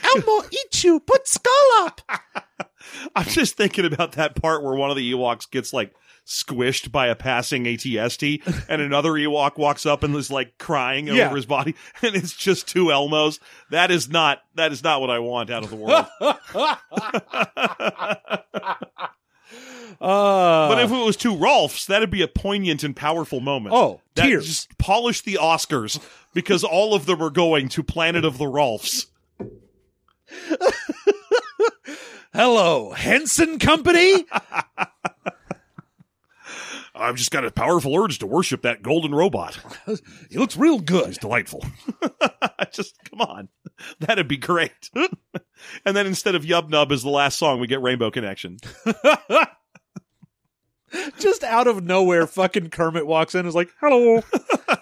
Speaker 3: Elmo eat you. Put skull up.
Speaker 2: I'm just thinking about that part where one of the Ewoks gets like squished by a passing ATST and another Ewok walks up and is like crying
Speaker 3: Yeah.
Speaker 2: over his body and it's just two Elmos. That is not that is not what I want out of the world.
Speaker 3: Uh,
Speaker 2: but if it was two Rolfs, that'd be a poignant and powerful moment.
Speaker 3: oh,
Speaker 2: that
Speaker 3: tears.
Speaker 2: just polished the Oscars because all of them are going to Planet of the Rolfs.
Speaker 3: Hello, Henson Company.
Speaker 2: I've just got a powerful urge to worship that golden robot.
Speaker 3: it looks real good.
Speaker 2: delightful. Just come on, that'd be great. and then instead of Yub Nub as the last song, we get Rainbow Connection.
Speaker 3: just out of nowhere, fucking Kermit walks in and is like, hello.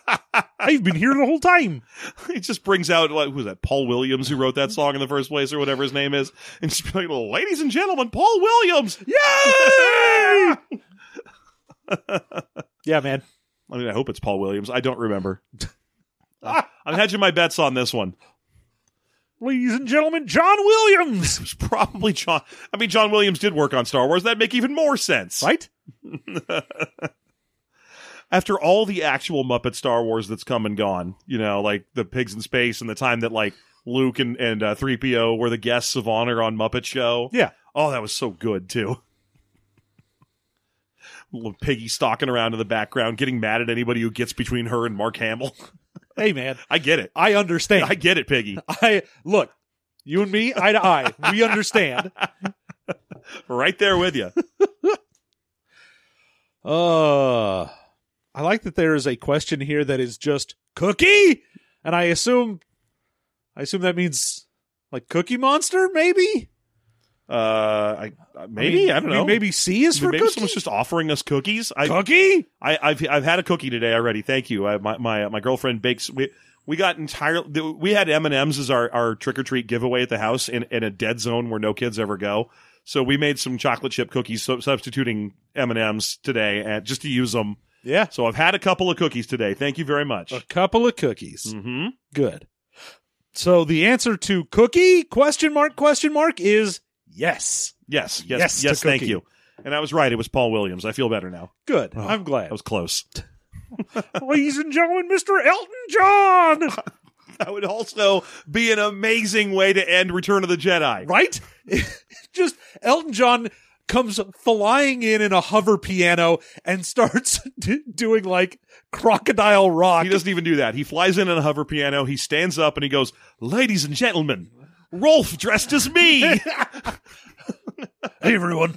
Speaker 3: I've been here the whole time.
Speaker 2: It just brings out what who was that Paul Williams who wrote that song in the first place or whatever his name is, and just be like, ladies and gentlemen, Paul Williams.
Speaker 3: Yay! yeah, man.
Speaker 2: I mean, I hope it's Paul Williams. I don't remember. Uh, I'm hedging my bets on this one.
Speaker 3: Ladies and gentlemen, John Williams.
Speaker 2: It's probably John. I mean, John Williams did work on Star Wars. That'd make even more sense.
Speaker 3: Right?
Speaker 2: after all the actual Muppet Star Wars that's come and gone, you know, like the Pigs in Space and the time that like Luke and and uh, 3PO were the guests of honor on Muppet Show.
Speaker 3: Yeah.
Speaker 2: Oh, that was so good too. Little piggy stalking around in the background, getting mad at anybody who gets between her and Mark Hamill.
Speaker 3: Hey, man.
Speaker 2: I get it.
Speaker 3: I understand.
Speaker 2: I get it, Piggy.
Speaker 3: I look, you and me, eye to eye. We understand.
Speaker 2: Right there with you.
Speaker 3: Uh I like that there is a question here that is just cookie, and I assume, I assume that means like Cookie Monster, maybe.
Speaker 2: Uh, I, I- maybe I,
Speaker 3: mean,
Speaker 2: don't know.
Speaker 3: Maybe C is for
Speaker 2: maybe
Speaker 3: cookie.
Speaker 2: someone's just offering us cookies. I,
Speaker 3: cookie.
Speaker 2: I, I've I've had a cookie today already. Thank you. I, my uh, my my girlfriend bakes. We we got entirely. We had M and M's as our our trick or treat giveaway at the house in in a dead zone where no kids ever go. So we made some chocolate chip cookies sub- substituting M and M's today, and just to use them.
Speaker 3: Yeah,
Speaker 2: So I've had a couple of cookies today. Thank you very much.
Speaker 3: a couple of cookies.
Speaker 2: Mm-hmm.
Speaker 3: Good. So the answer to cookie question mark question mark is yes.
Speaker 2: Yes, yes,
Speaker 3: Yes
Speaker 2: yes.
Speaker 3: to
Speaker 2: thank
Speaker 3: cookie.
Speaker 2: you. And I was right. It was Paul Williams. I feel better now.
Speaker 3: Good.
Speaker 2: Oh,
Speaker 3: I'm glad.
Speaker 2: That was close.
Speaker 3: Ladies and gentlemen, Mr. Elton John.
Speaker 2: That would also be an amazing way to end Return of the Jedi.
Speaker 3: Right? Just Elton John comes flying in in a hover piano and starts d- doing like crocodile rock.
Speaker 2: He doesn't even do that. He flies in on a hover piano. He stands up and he goes, "Ladies and gentlemen, Rolf dressed as me."
Speaker 3: hey everyone.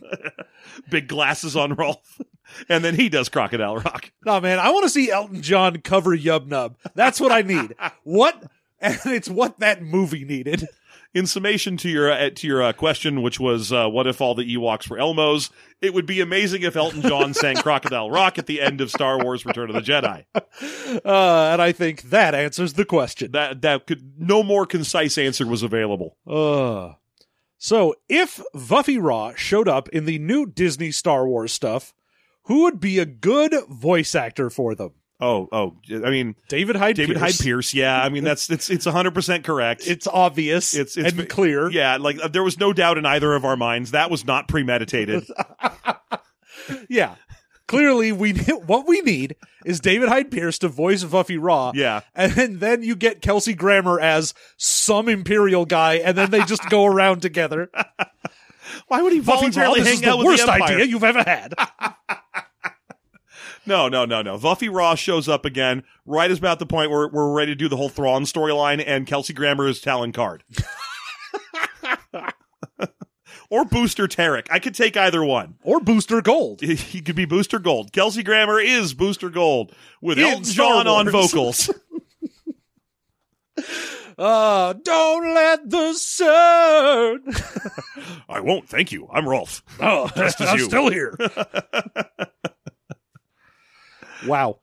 Speaker 2: Big glasses on Rolf, and then he does Crocodile Rock.
Speaker 3: No, man, I want to see Elton John cover Yub Nub. That's what I need. what? And it's what that movie needed.
Speaker 2: In summation to your uh, to your uh, question, which was, uh, "What if all the Ewoks were Elmos?" It would be amazing if Elton John sang "Crocodile Rock" at the end of Star Wars: Return of the Jedi.
Speaker 3: Uh, and I think that answers the question.
Speaker 2: That that could no more concise answer was available.
Speaker 3: Uh, so, if Vuffy Raw showed up in the new Disney Star Wars stuff, who would be a good voice actor for them?
Speaker 2: Oh, oh, I mean,
Speaker 3: David Hyde
Speaker 2: David
Speaker 3: Pierce.
Speaker 2: Hyde Pierce. Yeah, I mean that's it's it's hundred percent correct.
Speaker 3: It's obvious
Speaker 2: It's- it's-
Speaker 3: and clear.
Speaker 2: yeah, like uh, there was no doubt in either of our minds that was not premeditated.
Speaker 3: Yeah. Clearly, we what we need is David Hyde Pierce to voice Vuffy Raw.
Speaker 2: Yeah.
Speaker 3: And then you get Kelsey Grammer as some Imperial guy, and then they just go around together.
Speaker 2: Why would he
Speaker 3: Vuffy Raw,
Speaker 2: voluntarily
Speaker 3: this is
Speaker 2: hang
Speaker 3: the
Speaker 2: out with
Speaker 3: worst
Speaker 2: the Empire?
Speaker 3: idea you've ever had.
Speaker 2: No, no, no, no. Vuffy Raw shows up again right as about the point where we're ready to do the whole Thrawn storyline, and Kelsey Grammer is Talon Card. or Booster Tarek. I could take either one.
Speaker 3: or Booster Gold.
Speaker 2: He could be Booster Gold. Kelsey Grammer is Booster Gold with
Speaker 3: In
Speaker 2: Elton
Speaker 3: Star
Speaker 2: John on
Speaker 3: Wars.
Speaker 2: vocals.
Speaker 3: Uh, don't let the sun.
Speaker 2: I won't. Thank you. I'm Rolf.
Speaker 3: Oh,
Speaker 2: as
Speaker 3: I'm
Speaker 2: you.
Speaker 3: still here. wow.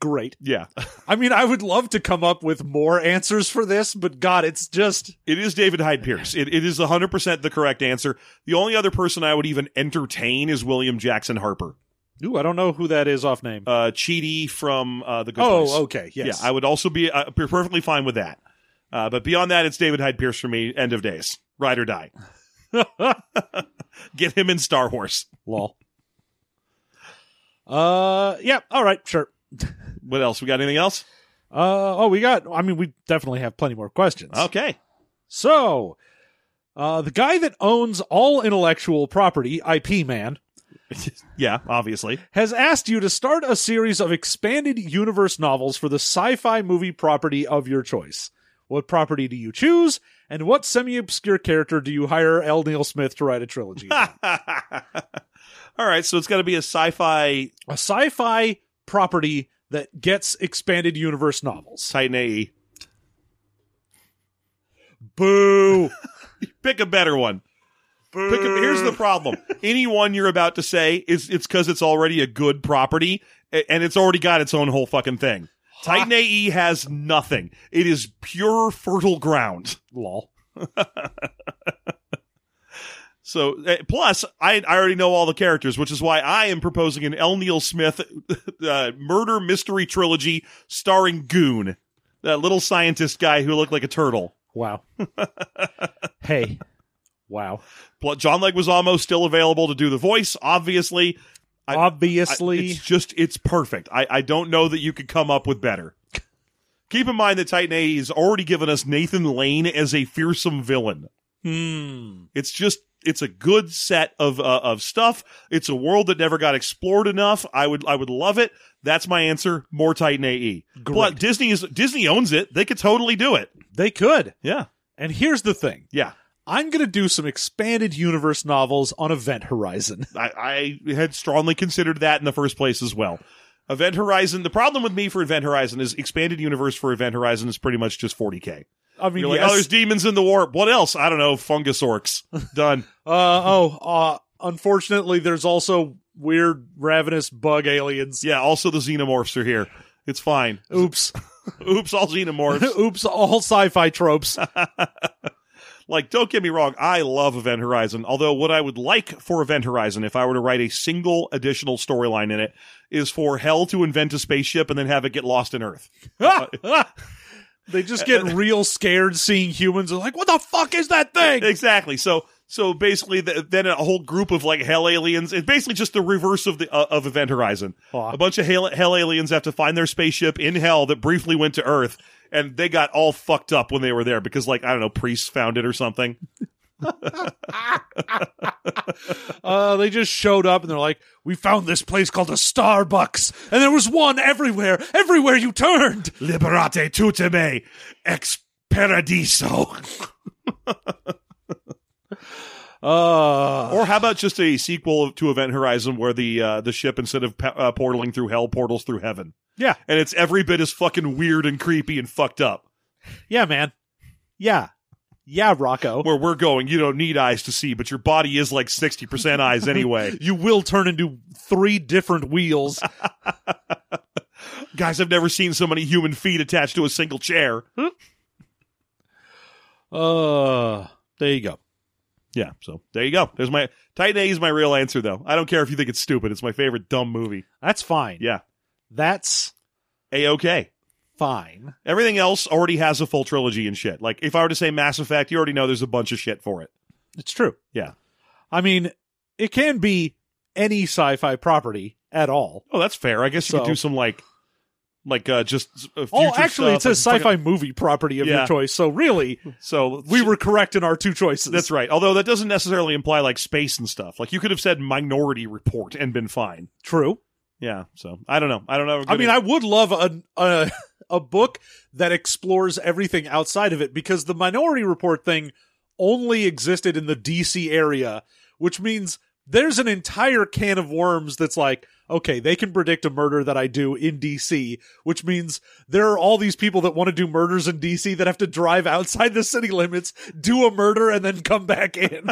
Speaker 3: Great.
Speaker 2: Yeah.
Speaker 3: I mean, I would love to come up with more answers for this, but God, it's just
Speaker 2: It is David Hyde Pierce. It, it is 100% the correct answer. The only other person I would even entertain is William Jackson Harper.
Speaker 3: Ooh, I don't know who that is off name.
Speaker 2: Uh, Cheaty from uh, The Good
Speaker 3: oh,
Speaker 2: Place.
Speaker 3: okay. Yes.
Speaker 2: Yeah, I would also be uh, per- perfectly fine with that. Uh, but beyond that, it's David Hyde Pierce for me. End of days. Ride or die. Get him in Star Wars.
Speaker 3: Lol. Uh, yeah. All right. Sure.
Speaker 2: What else? We got anything else?
Speaker 3: Uh, oh, we got, I mean, we definitely have plenty more questions.
Speaker 2: Okay.
Speaker 3: So, uh, the guy that owns all intellectual property, IP Man,
Speaker 2: yeah, obviously.
Speaker 3: has asked you to start a series of expanded universe novels for the sci fi movie property of your choice. What property do you choose, and what semi obscure character do you hire L. Neil Smith to write a trilogy? on?
Speaker 2: All right, so it's got to be a sci-fi
Speaker 3: a sci fi property that gets expanded universe novels.
Speaker 2: Titan E. AE.
Speaker 3: Boo!
Speaker 2: Pick a better one. Pick a, here's the problem. Any one you're about to say is it's because it's already a good property a- and it's already got its own whole fucking thing. Titan AE has nothing. It is pure fertile ground.
Speaker 3: Lol.
Speaker 2: So eh, plus, I I already know all the characters, which is why I am proposing an L. Neil Smith uh, murder mystery trilogy starring Goon, that little scientist guy who looked like a turtle.
Speaker 3: Wow. hey. Wow.
Speaker 2: Pl- John Leguizamo still available to do the voice, obviously. I- I-
Speaker 3: Obviously.
Speaker 2: it's just it's perfect. I I don't know that you could come up with better. Keep in mind that Titan A has already given us Nathan Lane as a fearsome villain.
Speaker 3: Hmm.
Speaker 2: It's just it's a good set of uh, of stuff. It's a world that never got explored enough. I would I would love it. That's my answer. More Titan AE.
Speaker 3: Great.
Speaker 2: But Disney is Disney owns it. They could totally do it.
Speaker 3: They could.
Speaker 2: Yeah.
Speaker 3: And here's the thing
Speaker 2: Yeah.
Speaker 3: I'm going to do some expanded universe novels on Event Horizon.
Speaker 2: I, I had strongly considered that in the first place as well. Event Horizon. The problem with me for Event Horizon is expanded universe for Event Horizon is pretty much just 40k.
Speaker 3: I mean,
Speaker 2: You're like,
Speaker 3: yes.
Speaker 2: oh, there's demons in the warp. What else? I don't know. Fungus orcs. Done.
Speaker 3: uh, oh, uh, unfortunately, there's also weird, ravenous bug aliens.
Speaker 2: yeah. Also, the xenomorphs are here. It's fine.
Speaker 3: Oops.
Speaker 2: Oops, all xenomorphs.
Speaker 3: Oops. All sci fi tropes.
Speaker 2: like don't get me wrong i love event horizon although what i would like for event horizon if i were to write a single additional storyline in it is for hell to invent a spaceship and then have it get lost in earth
Speaker 3: they just get real scared seeing humans and like, what the fuck is that thing?
Speaker 2: exactly so So basically, th then a whole group of like hell aliens. It's basically just the reverse of the uh, of Event Horizon.
Speaker 3: Aw.
Speaker 2: A bunch of hell, hell aliens have to find their spaceship in hell that briefly went to Earth, and they got all fucked up when they were there because, like, I don't know, priests found it or something.
Speaker 3: Uh, they just showed up and they're like, "We found this place called a Starbucks, and there was one everywhere, everywhere you turned."
Speaker 2: Liberate tutum ex paradiso.
Speaker 3: Uh,
Speaker 2: Or how about just a sequel to Event Horizon where the uh, the ship instead of pa- uh, portaling through hell portals through heaven.
Speaker 3: Yeah.
Speaker 2: and it's every bit as fucking weird and creepy and fucked up.
Speaker 3: yeah, man, yeah, yeah, Rocco.
Speaker 2: Where we're going, you don't need eyes to see, but your body is like sixty percent eyes anyway.
Speaker 3: you will turn into three different wheels.
Speaker 2: Guys, I've never seen so many human feet attached to a single chair.
Speaker 3: uh, there you go.
Speaker 2: Yeah, so there you go. There's my Titan A is my real answer though. I don't care if you think it's stupid. It's my favorite dumb movie.
Speaker 3: That's fine.
Speaker 2: Yeah,
Speaker 3: That's
Speaker 2: a okay.
Speaker 3: fine.
Speaker 2: Everything else already has a full trilogy and shit. Like if I were to say Mass Effect, you already know there's a bunch of shit for it.
Speaker 3: It's true.
Speaker 2: Yeah.
Speaker 3: I mean, it can be any sci-fi property at all.
Speaker 2: Oh, that's fair. I guess you
Speaker 3: So-
Speaker 2: could do some like, like uh, just uh, future
Speaker 3: Oh, actually,
Speaker 2: stuff,
Speaker 3: it's a
Speaker 2: like
Speaker 3: sci-fi
Speaker 2: fucking-
Speaker 3: movie property of your
Speaker 2: Yeah.
Speaker 3: choice. So really,
Speaker 2: So
Speaker 3: we were correct in our two choices.
Speaker 2: That's right. Although that doesn't necessarily imply like space and stuff. Like you could have said Minority Report and been fine.
Speaker 3: true.
Speaker 2: Yeah. So I don't know. I don't know.
Speaker 3: I mean, I would love a, a a book that explores everything outside of it because the Minority Report thing only existed in the DC area, which means there's an entire can of worms that's like, okay, they can predict a murder that I do in DC, which means there are all these people that want to do murders in DC that have to drive outside the city limits, do a murder, and then come back in.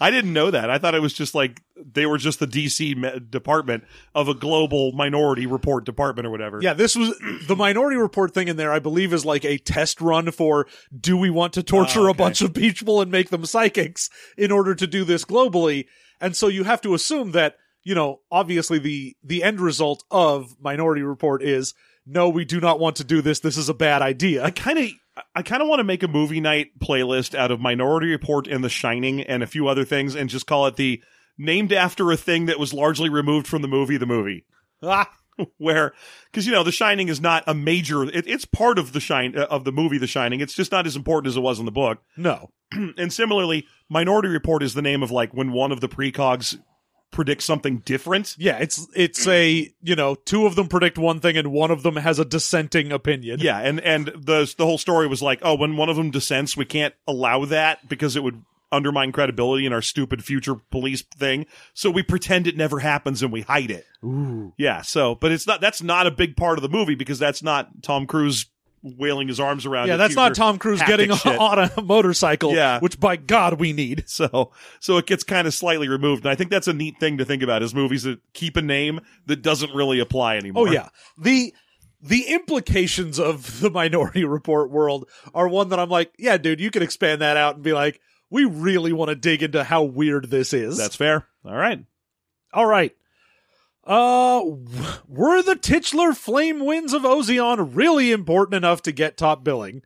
Speaker 2: I didn't know that. I thought it was just like they were just the DC me- department of a global Minority Report department or whatever.
Speaker 3: Yeah, this was the Minority Report thing in there. I believe is like a test run for do we want to torture
Speaker 2: Ah,
Speaker 3: a
Speaker 2: okay.
Speaker 3: bunch of people and make them psychics in order to do this globally? And so you have to assume that you know obviously the the end result of Minority Report is no, we do not want to do this. This is a bad
Speaker 2: I
Speaker 3: idea.
Speaker 2: kind of. I kind of want to make a movie night playlist out of Minority Report and The Shining and a few other things, and just call it the named after a thing that was largely removed from the movie. The movie.
Speaker 3: Ah,
Speaker 2: where because you know the shining is not a major it, it's part of the shine uh, of the movie the shining it's just not as important as it was in the book
Speaker 3: no,
Speaker 2: and similarly minority report is the name of like when one of the precogs predicts something different
Speaker 3: yeah, it's it's a you know two of them predict one thing and one of them has a dissenting opinion.
Speaker 2: yeah and and the the whole story was like oh when one of them dissents we can't allow that because it would undermine credibility in our stupid future police thing so we pretend it never happens and we hide it
Speaker 3: Ooh.
Speaker 2: yeah so but it's not that's not a big part of the movie because that's not tom cruise wailing his arms around
Speaker 3: Yeah,
Speaker 2: his
Speaker 3: that's not
Speaker 2: future
Speaker 3: Tom Cruise
Speaker 2: haptic
Speaker 3: getting
Speaker 2: shit.
Speaker 3: on a motorcycle,
Speaker 2: Yeah.
Speaker 3: which by God we need.
Speaker 2: So so it gets kind of slightly removed, and I think that's a neat thing to think about is movies that keep a name that doesn't really apply anymore.
Speaker 3: Oh yeah. The the implications of the minority report world are one that I'm like, yeah, dude, you could expand that out and be like, we really want to dig into how weird this is.
Speaker 2: that's fair. All right,
Speaker 3: all right. Uh w- were the titular flame winds of Ozeon really important enough to get top billing?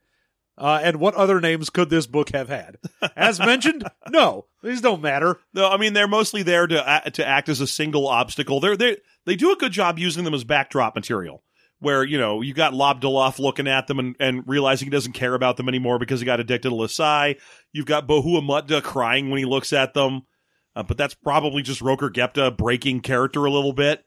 Speaker 3: Uh, and what other names could this book have had? As mentioned, no, these don't matter.
Speaker 2: no, I mean they're mostly there to a- to act as a single obstacle. They're they they do a good job using them as backdrop material. Where you know you got Lobdoloff looking at them and, and realizing he doesn't care about them anymore because he got addicted to Lasai. You've got Bohua Mutta crying when he looks at them, uh, but that's probably just Roker Gepta breaking character a little bit.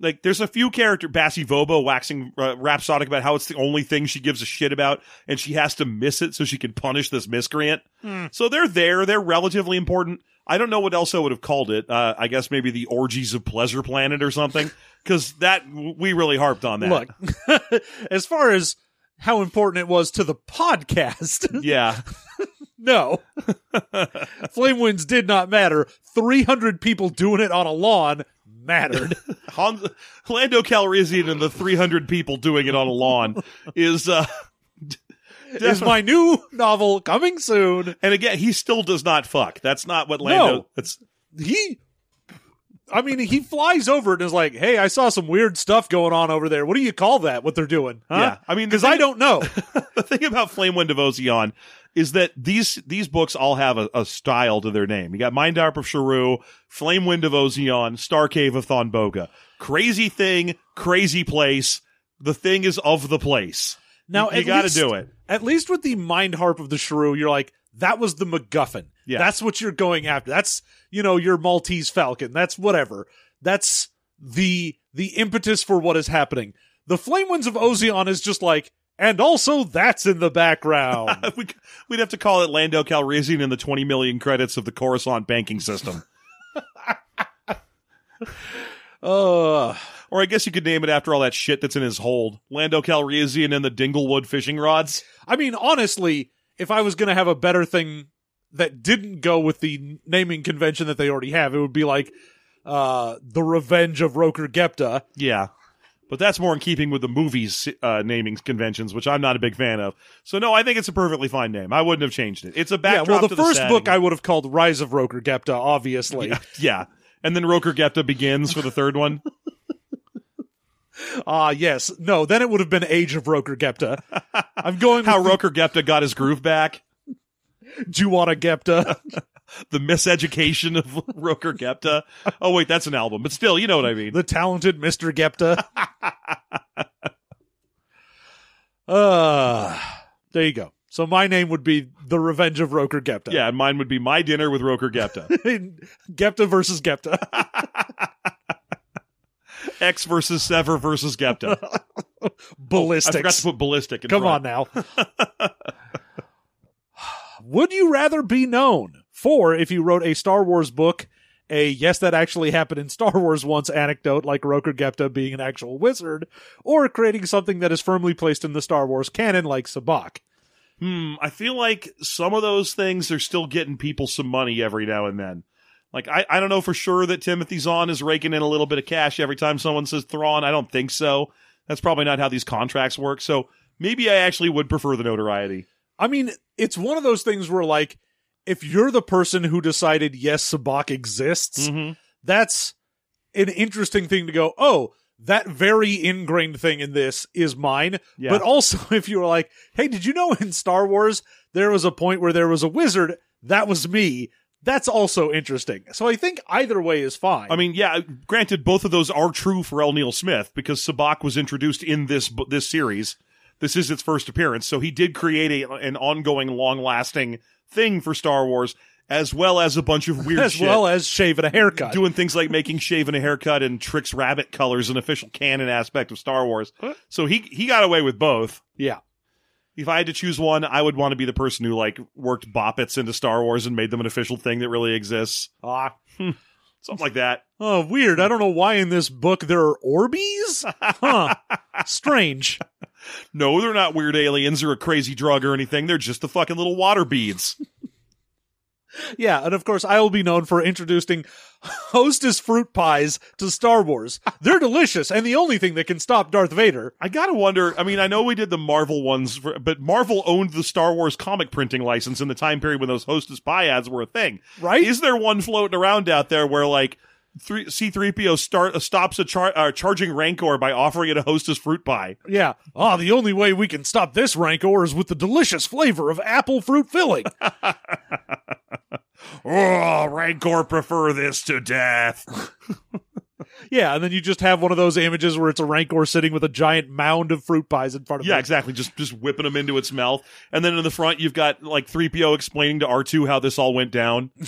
Speaker 2: like there's a few character Bassy Vobo waxing uh, rhapsodic about how it's the only thing she gives a shit about and she has to miss it so she can punish this miscreant.
Speaker 3: Hmm.
Speaker 2: So they're there, they're relatively important. I don't know what else I would have called it. Uh, I guess maybe the orgies of pleasure planet or something cuz that we really harped on that.
Speaker 3: Look, as far as how important it was to the podcast,
Speaker 2: Yeah.
Speaker 3: No. Flame winds did not matter. 300 people doing it on a lawn mattered.
Speaker 2: Hans, Lando Calrissian and the 300 people doing it on a lawn is uh
Speaker 3: is my new novel coming soon.
Speaker 2: and again, he still does not fuck. That's not what Lando.
Speaker 3: No.
Speaker 2: That's
Speaker 3: He I mean, he flies over and is like, "Hey, I saw some weird stuff going on over there. What do you call that? What they're doing? Huh?
Speaker 2: Yeah. I mean, the
Speaker 3: because I
Speaker 2: thing-
Speaker 3: don't know.
Speaker 2: the thing about Flame Wind of Ozeon is that these these books all have a, a style to their name. You got Mind Harp of Sharu, Flame Wind of Ozeon, Star Cave of Thonboga. Crazy thing, crazy place. The thing is of the place.
Speaker 3: Now
Speaker 2: you
Speaker 3: at
Speaker 2: got to
Speaker 3: least-
Speaker 2: do it.
Speaker 3: At least with the mind harp of the Shrew, you're like, that was the MacGuffin.
Speaker 2: Yeah.
Speaker 3: That's what you're going after. That's you know your Maltese Falcon. That's whatever. That's the the impetus for what is happening. The Flame Winds of Ozeon is just like, and also that's in the background.
Speaker 2: We, would have to call it Lando Calrissian in the 20 million credits of the Coruscant banking system.
Speaker 3: uh,
Speaker 2: or I guess you could name it after all that shit that's in his hold. Lando Calrissian and the Dinglewood fishing rods.
Speaker 3: I mean, honestly, if I was going to have a better thing that didn't go with the naming convention that they already have, it would be like uh, the Revenge of Roker Gepta.
Speaker 2: Yeah. But that's more in keeping with the movies uh, naming conventions, which I'm not a big fan of. So no, I think it's a perfectly fine name. I wouldn't have changed it. It's a
Speaker 3: Yeah,
Speaker 2: backdrop.
Speaker 3: well,
Speaker 2: to
Speaker 3: the first book
Speaker 2: setting.
Speaker 3: I would have called Rise of Roker Gepta, obviously.
Speaker 2: yeah, and then Roker Gepta begins for the third one.
Speaker 3: Ah, yes. No, then it would have been Age of Roker Gepta. I'm going
Speaker 2: How
Speaker 3: with
Speaker 2: Roker Gepta got his groove back.
Speaker 3: Juwana Gepta.
Speaker 2: The miseducation of Roker Gepta. Oh wait, that's an album, but still, you know what I mean.
Speaker 3: the talented Mr. Gepta. uh, there you go. So my name would be The Revenge of Roker Gepta.
Speaker 2: Yeah, and mine would be my dinner with Roker Gepta.
Speaker 3: Gepta versus Gepta.
Speaker 2: Oh, X versus Sever versus Gepta. I forgot to
Speaker 3: Ballistics.
Speaker 2: put ballistic. In
Speaker 3: Come on
Speaker 2: front.
Speaker 3: now. Would you rather be known for if you wrote a Star Wars book, a yes, that actually happened in Star Wars once anecdote, like Roker Gepta being an actual wizard, or creating something that is firmly placed in the Star Wars canon, like Sabak?
Speaker 2: Hmm, I feel like some of those things are still getting people some money every now and then. Like I, I don't know for sure that Timothy Zahn is raking in a little bit of cash every time someone says Thrawn. I don't think so. That's probably not how these contracts work. So maybe I actually would prefer the notoriety.
Speaker 3: I mean, it's one of those things where, like, if you're the person who decided yes, Sabak
Speaker 2: Mm-hmm.
Speaker 3: exists, that's an interesting thing to go, oh, that very ingrained thing in this is mine.
Speaker 2: Yeah.
Speaker 3: But also, if you were like, hey, did you know in Star Wars there was a point where there was a wizard? That was me. That's also interesting. So I think either way is fine.
Speaker 2: I mean, yeah. Granted, both of those are true for L. Neil Smith because Sabak was introduced in this bu- this series. This is its first appearance, so he did create a, an ongoing, long lasting thing for Star Wars, as well as a bunch of weird
Speaker 3: as
Speaker 2: shit.
Speaker 3: well as shave and a haircut.
Speaker 2: doing things like making shave and a haircut and tricks rabbit colors an official canon aspect of Star Wars. So he he got away with both.
Speaker 3: yeah.
Speaker 2: If I had to choose one, I would want to be the person who like worked boppets into Star Wars and made them an official thing that really exists.
Speaker 3: Ah.
Speaker 2: Something like that.
Speaker 3: Oh, weird. I don't know why in this book there are Orbeez? Huh. Strange.
Speaker 2: No, they're not weird aliens or a crazy drug or anything. They're just the fucking little water beads.
Speaker 3: Yeah, and of course I will be known for introducing hostess fruit pies to Star Wars. They're delicious and the only thing that can stop Darth Vader.
Speaker 2: I gotta wonder. I mean, I know we did the Marvel ones, for, but Marvel owned the Star Wars comic printing license in the time period when those Hostess Pie ads were a thing,
Speaker 3: Right.
Speaker 2: Is there one floating around out there where like three C three PO start uh, stops a char- uh, charging Rancor by offering it a Hostess fruit pie?
Speaker 3: Yeah. Ah, the only way we can stop this rancor is with the delicious flavor of apple fruit filling.
Speaker 2: Oh, Rancor prefer this to death.
Speaker 3: yeah, and then you just have one of those images where it's a rancor sitting with a giant mound of fruit pies in front of
Speaker 2: yeah,
Speaker 3: it.
Speaker 2: exactly. Just just whipping them into its mouth, and then in the front you've got like three PO explaining to R two how this all went down.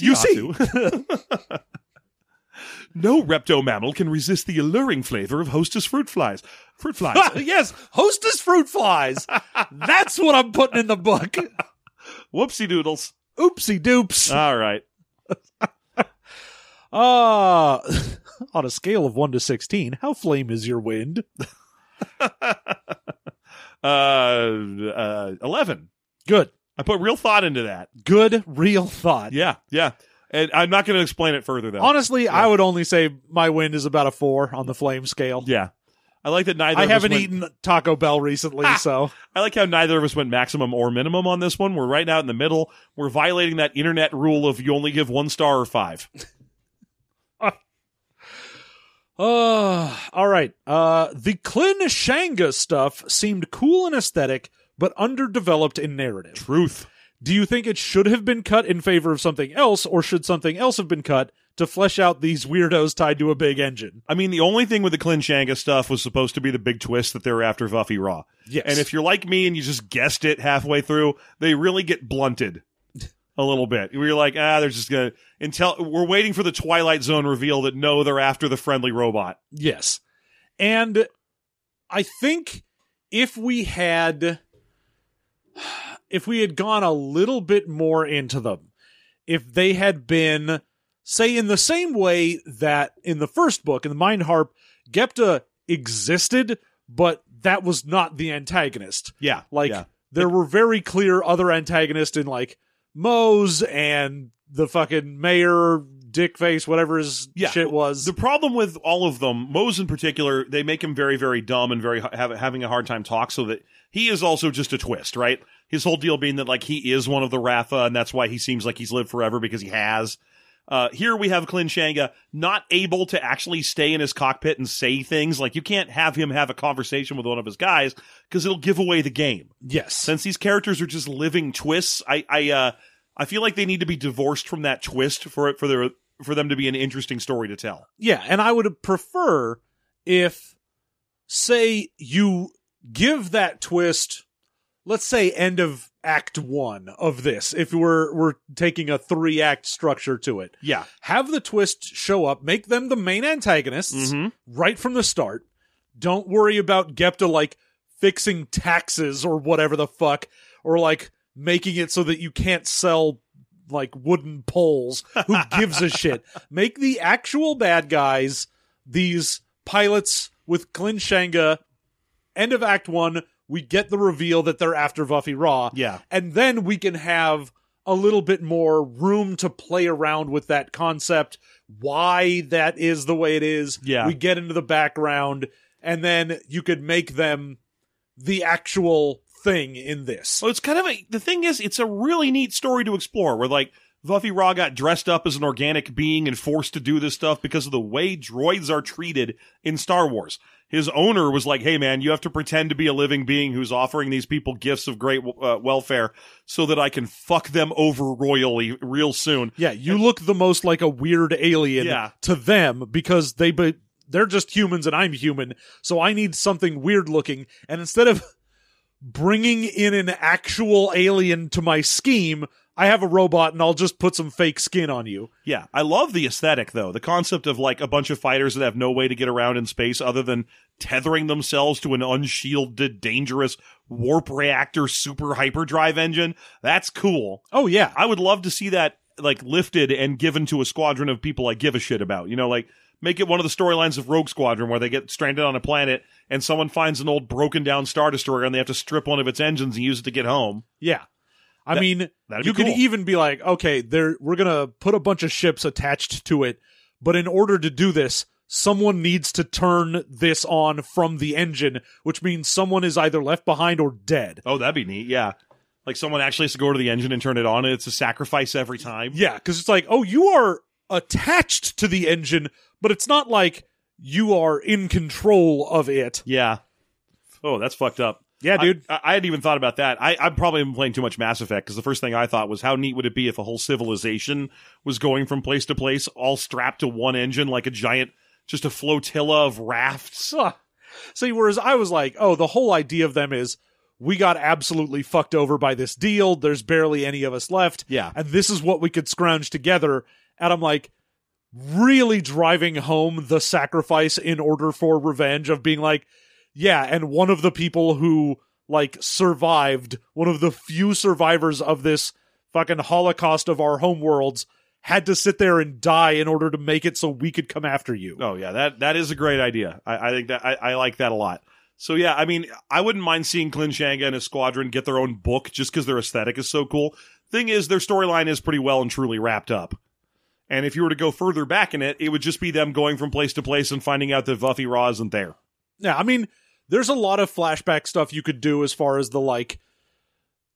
Speaker 3: You see,
Speaker 2: R2. no repto mammal can resist the alluring flavor of hostess fruit flies. Fruit flies.
Speaker 3: yes, hostess fruit flies. That's what I'm putting in the book.
Speaker 2: Whoopsie doodles.
Speaker 3: Oopsie doops.
Speaker 2: All right.
Speaker 3: Uh, on a scale of 1 to 16, how flame is your wind?
Speaker 2: Uh, uh, 11.
Speaker 3: Good.
Speaker 2: I put real thought into that.
Speaker 3: Good, real thought.
Speaker 2: Yeah, yeah. And I'm not going to explain it further, though.
Speaker 3: Honestly, I would only say my wind is about a 4 on the flame scale.
Speaker 2: yeah. I like that neither
Speaker 3: I
Speaker 2: of us
Speaker 3: haven't
Speaker 2: went-
Speaker 3: eaten Taco Bell recently, so.
Speaker 2: I like how neither of us went maximum or minimum on this one. We're right now in the middle. We're violating that internet rule of you only give one star or five.
Speaker 3: Uh, all right. Uh, the Klinishanga stuff seemed cool and aesthetic, but underdeveloped in narrative.
Speaker 2: Truth.
Speaker 3: Do you think it should have been cut in favor of something else, or should something else have been cut to flesh out these weirdos tied to a big engine?
Speaker 2: I mean, the only thing with the Clinchanga stuff was supposed to be the big twist that they were after Buffy Raw.
Speaker 3: Yes.
Speaker 2: And if you're like me and you just guessed it halfway through, they really get blunted a little bit. You're like, ah, they're just gonna until we're waiting for the Twilight Zone reveal that no, they're after the friendly robot.
Speaker 3: Yes. And I think if we had if we had gone a little bit more into them, if they had been say in the same way that in the first book in the Mind Harp Gepta existed, but that was not the antagonist.
Speaker 2: Yeah,
Speaker 3: Like
Speaker 2: yeah.
Speaker 3: there were very clear other antagonists in like Mose and the fucking mayor dickface whatever his
Speaker 2: Yeah.
Speaker 3: shit was.
Speaker 2: The problem with all of them, Mose in particular, they make him very, very dumb and very ha- have, having a hard time talk. So that he is also just a twist, right? His whole deal being that like he is one of the Ratha, and that's why he seems like he's lived forever because he has. Uh, here we have Klinshanga not able to actually stay in his cockpit and say things. Like you can't have him have a conversation with one of his guys because it'll give away the game
Speaker 3: yes.
Speaker 2: since these characters are just living twists i i uh i feel like they need to be divorced from that twist for it for their for them to be an interesting story to tell
Speaker 3: Yeah, and I would prefer if, say, you give that twist, let's say, end of act one of this, if we're, we're taking a three act structure to it.
Speaker 2: yeah
Speaker 3: Have the twist show up, make them the main antagonists
Speaker 2: Mhm.
Speaker 3: right from the start. Don't worry about Gepta, like, fixing taxes or whatever the fuck, or, like, making it so that you can't sell, like, wooden poles. Who gives a shit? Make the actual bad guys these pilots with Klinshanga. End of Act One, we get the reveal that they're after Buffy Raw.
Speaker 2: Yeah.
Speaker 3: And then we can have a little bit more room to play around with that concept, why that is the way it is.
Speaker 2: Yeah.
Speaker 3: We get into the background, and then you could make them the actual thing in this.
Speaker 2: so it's kind of a the thing is it's a really neat story to explore where like Buffy Raw got dressed up as an organic being and forced to do this stuff because of the way droids are treated in Star Wars. His owner was like, "Hey man, you have to pretend to be a living being who's offering these people gifts of great uh, welfare so that I can fuck them over royally real soon."
Speaker 3: Yeah, you look the most like a weird alien
Speaker 2: Yeah.
Speaker 3: to them because they but they're just humans and I'm human, so I need something weird looking. And instead of bringing in an actual alien to my scheme, I have a robot and I'll just put some fake skin on you.
Speaker 2: Yeah, I love the aesthetic though. The concept of like a bunch of fighters that have no way to get around in space other than tethering themselves to an unshielded, dangerous warp reactor super hyperdrive engine. That's cool.
Speaker 3: Oh yeah.
Speaker 2: I would love to see that like lifted and given to a squadron of people I give a shit about. You know, like make it one of the storylines of Rogue Squadron where they get stranded on a planet and someone finds an old broken down star destroyer and they have to strip one of its engines and use it to get home.
Speaker 3: Yeah. I
Speaker 2: That-
Speaker 3: mean,
Speaker 2: that'd be
Speaker 3: you could
Speaker 2: cool.
Speaker 3: even be like, okay, there we're gonna put a bunch of ships attached to it, but in order to do this, someone needs to turn this on from the engine, which means someone is either left behind or dead.
Speaker 2: Oh, that'd be neat. Yeah. Like someone actually has to go to the engine and turn it on and it's a sacrifice every time.
Speaker 3: Yeah, because it's like, oh, you are attached to the engine, but it's not like you are in control of it.
Speaker 2: Yeah. Oh, that's fucked up.
Speaker 3: Yeah, dude.
Speaker 2: I, I hadn't even thought about that. I, I'm probably been playing too much Mass Effect because the first thing I thought was how neat would it be if a whole civilization was going from place to place, all strapped to one engine like a giant, just a flotilla of rafts.
Speaker 3: Ugh. See, whereas I was like, oh, the whole idea of them is we got absolutely fucked over by this deal. There's barely any of us left.
Speaker 2: Yeah.
Speaker 3: And this is what we could scrounge together. And I'm like, really driving home the sacrifice in order for revenge of being like, yeah, and one of the people who like survived, one of the few survivors of this fucking holocaust of our homeworlds had to sit there and die in order to make it so we could come after you.
Speaker 2: Oh yeah, that that is a great idea. I, I think that I, I like that a lot. So yeah, I mean, I wouldn't mind seeing Clinchanga and his squadron get their own book just because their aesthetic is so cool. Thing is, their storyline is pretty well and truly wrapped up. And if you were to go further back in it, it would just be them going from place to place and finding out that Buffy Raw isn't there.
Speaker 3: Yeah, I mean, there's a lot of flashback stuff you could do as far as the like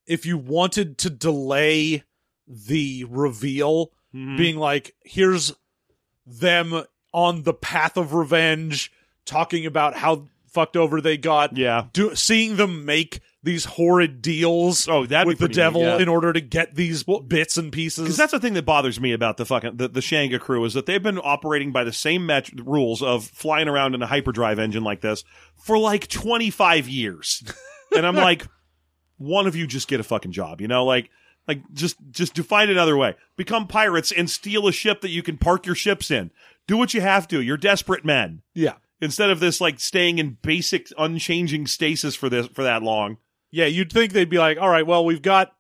Speaker 3: if you wanted to delay
Speaker 2: Mm-hmm. Hmm.
Speaker 3: the reveal being like here's them on the path of revenge, talking about how fucked over they got.
Speaker 2: Yeah.
Speaker 3: Do, seeing them make these horrid deals
Speaker 2: Oh, that'd be
Speaker 3: with the
Speaker 2: pretty neat,
Speaker 3: devil
Speaker 2: yeah.
Speaker 3: in order to get these bits and pieces.
Speaker 2: Because that's the thing that bothers me about the fucking the, the Shanga crew is that they've been operating by the same match rules of flying around in a hyperdrive engine like this for like twenty five years, and I'm like, one of you just get a fucking job, you know, like like just just to find another way, become pirates and steal a ship that you can park your ships in. Do what you have to. You're desperate men.
Speaker 3: yeah.
Speaker 2: Instead of this like staying in basic unchanging stasis for this for that long.
Speaker 3: Yeah, you'd think they'd be like, all right, well, we've got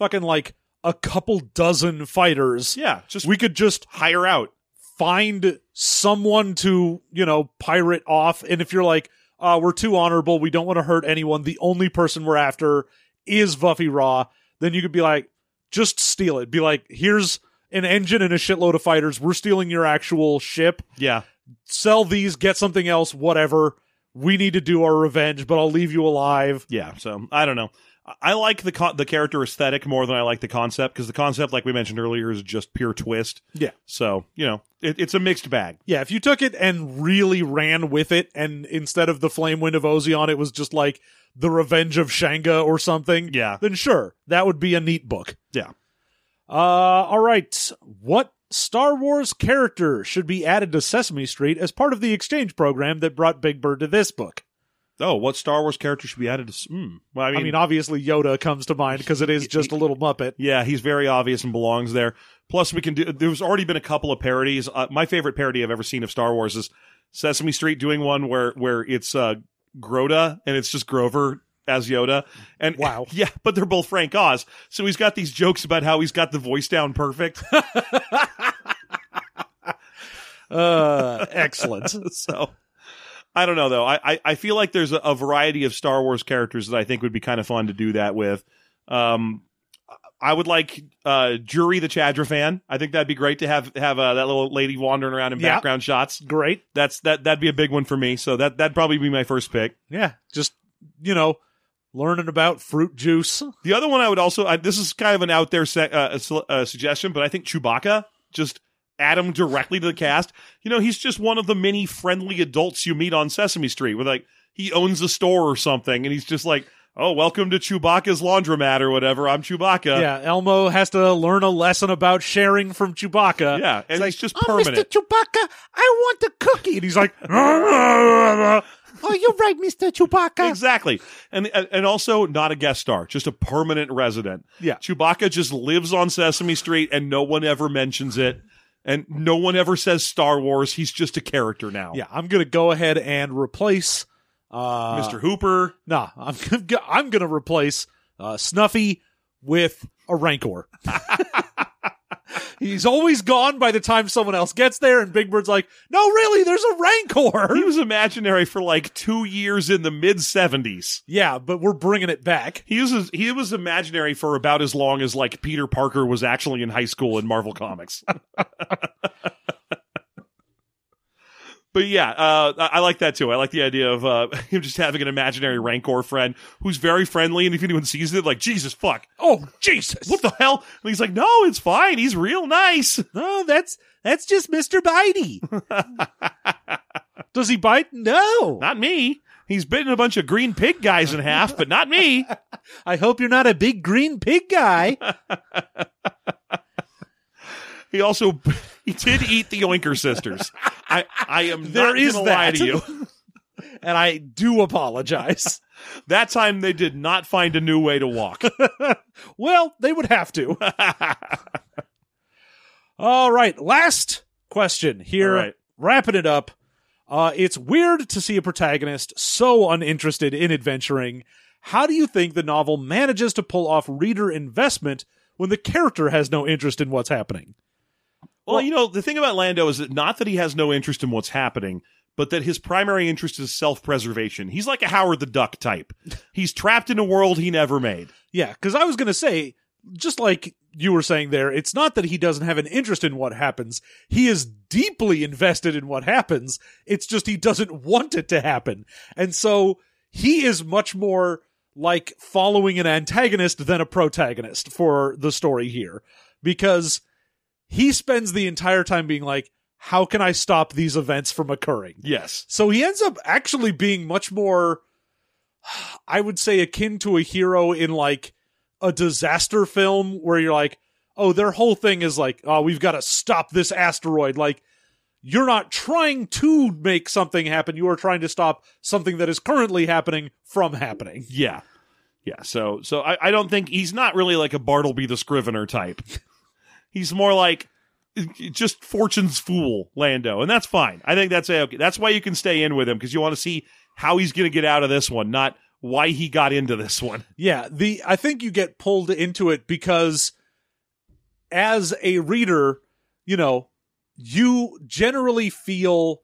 Speaker 3: fucking like a couple dozen fighters.
Speaker 2: Yeah, just
Speaker 3: We could just
Speaker 2: hire out.
Speaker 3: find someone to, you know, pirate off. And if you're like, uh, we're too honorable, we don't want to hurt anyone, the only person we're after is Buffy Raw, then you could be like, just steal it. Be like, here's an engine and a shitload of fighters. We're stealing your actual ship.
Speaker 2: Yeah.
Speaker 3: Sell these, get something else, whatever. We need to do our revenge, but I'll leave you alive.
Speaker 2: Yeah, so I don't know. I- I like the co- the character aesthetic more than I like the concept because the concept, like we mentioned earlier, is just pure twist.
Speaker 3: Yeah.
Speaker 2: So you know, it, it's a mixed bag.
Speaker 3: Yeah, if you took it and really ran with it, and instead of the Flame Wind of Ozeon, it was just like the Revenge of Shanga or something,
Speaker 2: Yeah.
Speaker 3: then sure, that would be a neat book.
Speaker 2: Yeah.
Speaker 3: Uh, all right. What Star Wars character should be added to Sesame Street as part of the exchange program that brought Big Bird to this book?
Speaker 2: Oh, what Star Wars character should be added? To, s- hmm. Well, I
Speaker 3: I
Speaker 2: mean,
Speaker 3: mean, obviously Yoda comes to mind because it is just a little Muppet.
Speaker 2: yeah, he's very obvious and belongs there. Plus, we can do. There's already been a couple of parodies. Uh, my favorite parody I've ever seen of Star Wars is Sesame Street doing one where where it's uh, Grota and it's just Grover as Yoda. And
Speaker 3: Wow.
Speaker 2: yeah, but they're both Frank Oz, so he's got these jokes about how he's got the voice down perfect.
Speaker 3: Uh, excellent.
Speaker 2: so I don't know though. I, I, I feel like there's a, a variety of Star Wars characters that I think would be kind of fun to do that with. Um, I would like uh, Jury the Chadra fan. I think that'd be great to have have uh, that little lady wandering around in
Speaker 3: Yeah.
Speaker 2: background shots.
Speaker 3: Great.
Speaker 2: That's that that'd be a big one for me. So that that'd probably be my first pick.
Speaker 3: Yeah, just, you know, learning about fruit juice.
Speaker 2: The other one I would also I, this is kind of an out there se- uh, su- uh, suggestion, but I think Chewbacca just add him directly to the cast. You know, he's just one of the many friendly adults you meet on Sesame Street. Where like he owns a store or something, and he's just like, "Oh, welcome to Chewbacca's laundromat or whatever. I'm Chewbacca."
Speaker 3: yeah, Elmo has to learn a lesson about sharing from Chewbacca.
Speaker 2: Yeah, and it's,
Speaker 3: like,
Speaker 2: just
Speaker 4: Oh, Mr.
Speaker 2: permanent.
Speaker 4: Chewbacca, I want a cookie.
Speaker 3: And he's like, "Oh,
Speaker 4: oh, you're right, Mr. Chewbacca.
Speaker 2: Exactly, and and and also not a guest star, just a permanent resident.
Speaker 3: Yeah.
Speaker 2: Chewbacca just lives on Sesame Street, and no one ever mentions it, and no one ever says Star Wars. He's just a character now.
Speaker 3: yeah, I'm gonna go ahead and replace uh,
Speaker 2: Mr. Hooper.
Speaker 3: Nah, I'm gonna go- I'm gonna replace uh, Snuffy with a Rancor. he's always gone by the time someone else gets there, and Big Bird's like, "No, really, there's a
Speaker 2: He
Speaker 3: Rancor."
Speaker 2: was imaginary for like two years in the mid seventies.
Speaker 3: yeah, but we're bringing it back.
Speaker 2: He was he was imaginary for about as long as like Peter Parker was actually in high school in Marvel Comics. but yeah, uh, I, I like that too. I like the idea of uh, him just having an imaginary Rancor friend who's very friendly, and if anyone sees it, like Jesus fuck,
Speaker 3: Oh Jesus!
Speaker 2: what the hell? And he's like, no, it's fine. He's real nice.
Speaker 4: No, that's that's just Mr. Bitey.
Speaker 3: Does he bite?
Speaker 4: No.
Speaker 2: Not me. He's bitten a bunch of green pig guys in half, but not me.
Speaker 4: I hope you're not a big green pig guy.
Speaker 2: He also he did eat the Oinker sisters. I I am
Speaker 3: There
Speaker 2: not
Speaker 3: is
Speaker 2: gonna lie
Speaker 3: that.
Speaker 2: to you.
Speaker 3: And I do apologize.
Speaker 2: That time they did not find a new way to walk.
Speaker 3: Well, they would have to. All right, last question here.
Speaker 2: All right.
Speaker 3: Wrapping it up. Uh, it's weird to see a protagonist so uninterested in adventuring. How do you think the novel manages to pull off reader investment when the character has no interest in what's happening?
Speaker 2: Well, you know the thing about Lando is that not that he has no interest in what's happening, but that his primary interest is self preservation. He's like a Howard the Duck type. He's trapped in a world he never made.
Speaker 3: Yeah, because I was going to say, just like you were saying there, it's not that he doesn't have an interest in what happens. He is deeply invested in what happens. It's just he doesn't want it to happen. And so he is much more like following an antagonist than a protagonist for the story here because he spends the entire time being like, how can I stop these events from occurring?
Speaker 2: Yes.
Speaker 3: So he ends up actually being much more, I would say, akin to a hero in like a disaster film where you're like, oh, their whole thing is like, oh, we've got to stop this asteroid. Like, you're not trying to make something happen. You are trying to stop something that is currently happening from happening.
Speaker 2: Yeah. Yeah. So so I, I don't think he's not really like a Bartleby the Scrivener type. he's more like just fortune's fool, Lando, and that's fine. I think that's a- okay. That's why you can stay in with him because you want to see how he's going to get out of this one, not why he got into this one.
Speaker 3: Yeah, the I think you get pulled into it because as a reader, you know, you generally feel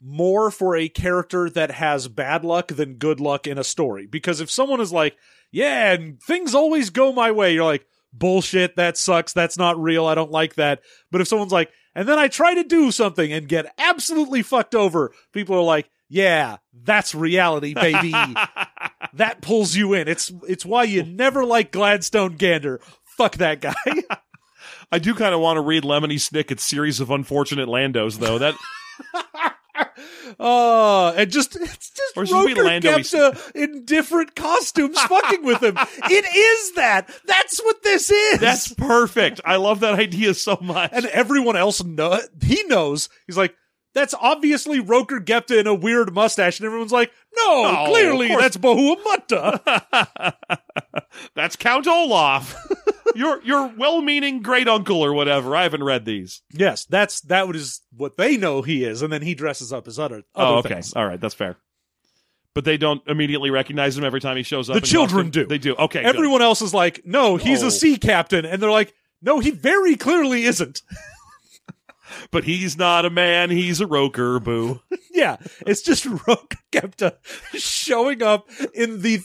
Speaker 3: more for a character that has bad luck than good luck in a story. Because if someone is like, "Yeah, and things always go my way," you're like, "Bullshit, that sucks. That's not real. I don't like that." But if someone's like, "And then I try to do something and get absolutely fucked over," people are like, "Yeah, that's reality, baby." that pulls you in. It's it's why you never like Gladstone Gander. Fuck that guy.
Speaker 2: I do kind of want to read Lemony Snicket's series of unfortunate Landos, though. That
Speaker 3: Oh, and just it's just
Speaker 2: Or should we
Speaker 3: Roker
Speaker 2: Lando-
Speaker 3: Kepta in different costumes fucking with him. It is that. That's what this is.
Speaker 2: that's perfect. I love that idea so much.
Speaker 3: and everyone else know he knows. He's like, that's obviously Roker Gepta in a weird mustache, and everyone's like, no,
Speaker 2: No, of
Speaker 3: clearly
Speaker 2: course.
Speaker 3: that's Bahua Mutta.
Speaker 2: That's Count Olaf. your your well-meaning great uncle or whatever. I haven't read these.
Speaker 3: yes, that's that is what they know he is, and then he dresses up as other. other
Speaker 2: oh, okay.
Speaker 3: things.
Speaker 2: All right, that's fair. But they don't immediately recognize him every time he shows up.
Speaker 3: The
Speaker 2: in
Speaker 3: children
Speaker 2: costume?
Speaker 3: do.
Speaker 2: They do. Okay. good.
Speaker 3: Everyone else is like, no, he's
Speaker 2: Oh.
Speaker 3: a sea captain. And they're like, no, he very clearly isn't.
Speaker 2: But he's not a man. He's a roker. Boo.
Speaker 3: yeah, it's just Roke Kepta showing up in the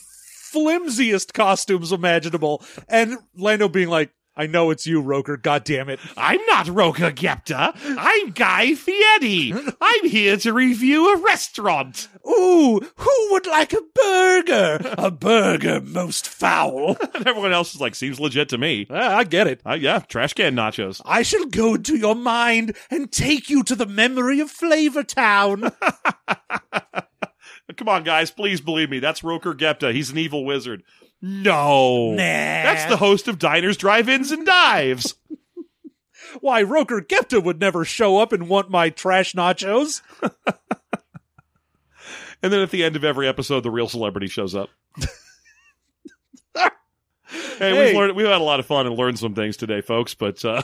Speaker 3: flimsiest costumes imaginable. And Lando being like, I know it's you, Roker. God damn it.
Speaker 2: I'm not Roker Gepta. I'm Guy Fieri. I'm here to review a restaurant.
Speaker 3: Ooh, who would like a burger? A burger most foul.
Speaker 2: And everyone else is like, seems legit to me.
Speaker 3: Ah, I get it.
Speaker 2: Uh, yeah, trash can nachos.
Speaker 3: I shall go into your mind and take you to the memory of Flavor Town.
Speaker 2: Come on, guys, please believe me. That's Roker Gepta. He's an evil wizard. No. That's the host of Diners, Drive-Ins, and Dives.
Speaker 3: Why, Roker Gepta would never show up and want my trash nachos.
Speaker 2: and then at the end of every episode, the real celebrity shows up. hey,
Speaker 3: Hey.
Speaker 2: We've, learned, we've had a lot of fun and learned some things today, folks, but uh,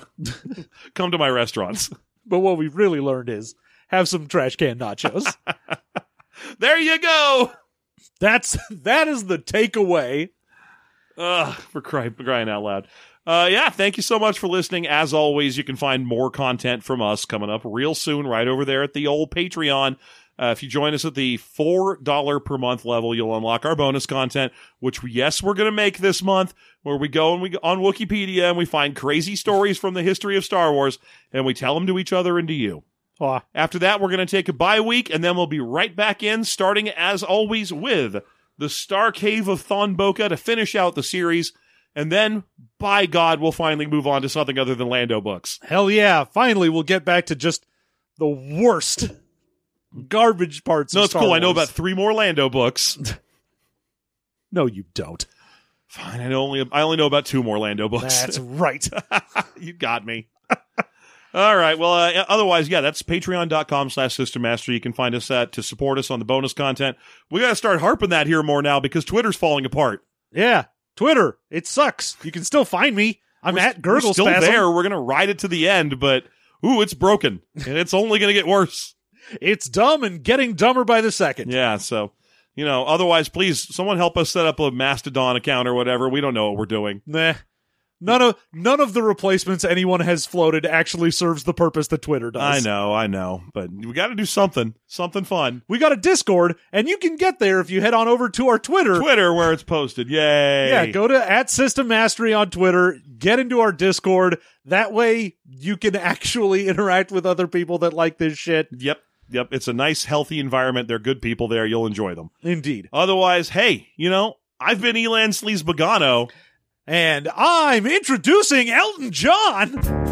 Speaker 2: come to my restaurants.
Speaker 3: But what we've really learned is have some trash can nachos.
Speaker 2: There you go.
Speaker 3: That's that is the takeaway.
Speaker 2: Ugh, for crying, crying out loud. Uh, yeah, thank you so much for listening. As always, you can find more content from us coming up real soon, right over there at the old Patreon. Uh, if you join us at the $4 per month level, you'll unlock our bonus content, which, yes, we're going to make this month, where we go and we go on Wikipedia and we find crazy stories from the history of Star Wars and we tell them to each other and to you.
Speaker 3: Aw.
Speaker 2: After that, we're going to take a bye week, and then we'll be right back in, starting as always with the Star Cave of Thon Boca to finish out the series. And then, by God, we'll finally move on to something other than Lando books.
Speaker 3: Hell yeah, finally we'll get back to just the worst garbage parts
Speaker 2: No,
Speaker 3: of
Speaker 2: it's
Speaker 3: Star
Speaker 2: cool. I know
Speaker 3: Wars.
Speaker 2: about three more Lando books.
Speaker 3: No, you don't.
Speaker 2: Fine, I know only I only know about two more Lando books.
Speaker 3: That's right.
Speaker 2: you got me. All right. Well, uh, otherwise, yeah, that's patreon.com slash system master. You can find us at to support us on the bonus content. We got to start harping that here more now because Twitter's falling apart.
Speaker 3: yeah. Twitter, it sucks. You can still find me. I'm at
Speaker 2: We're
Speaker 3: Gurgle
Speaker 2: still there. We're gonna ride it to the end, but ooh, it's broken, and it's only gonna get worse.
Speaker 3: It's dumb and getting dumber by the second.
Speaker 2: Yeah. So you know, otherwise, please, someone help us set up a Mastodon account or whatever. We don't know what we're doing.
Speaker 3: Nah. None of none of the replacements anyone has floated actually serves the purpose that Twitter does.
Speaker 2: I know, I know, but we got to do something, something fun.
Speaker 3: We got a Discord, and you can get there if you head on over to our Twitter.
Speaker 2: Twitter where it's posted. Yay!
Speaker 3: Yeah, go to at System Mastery on Twitter. Get into our Discord. That way, you can actually interact with other people that like this shit.
Speaker 2: Yep, yep. It's a nice, healthy environment. They're good people there. You'll enjoy them.
Speaker 3: Indeed.
Speaker 2: Otherwise, hey, you know, I've been Elan Sleaze Bogano.
Speaker 3: And I'm introducing Elton John.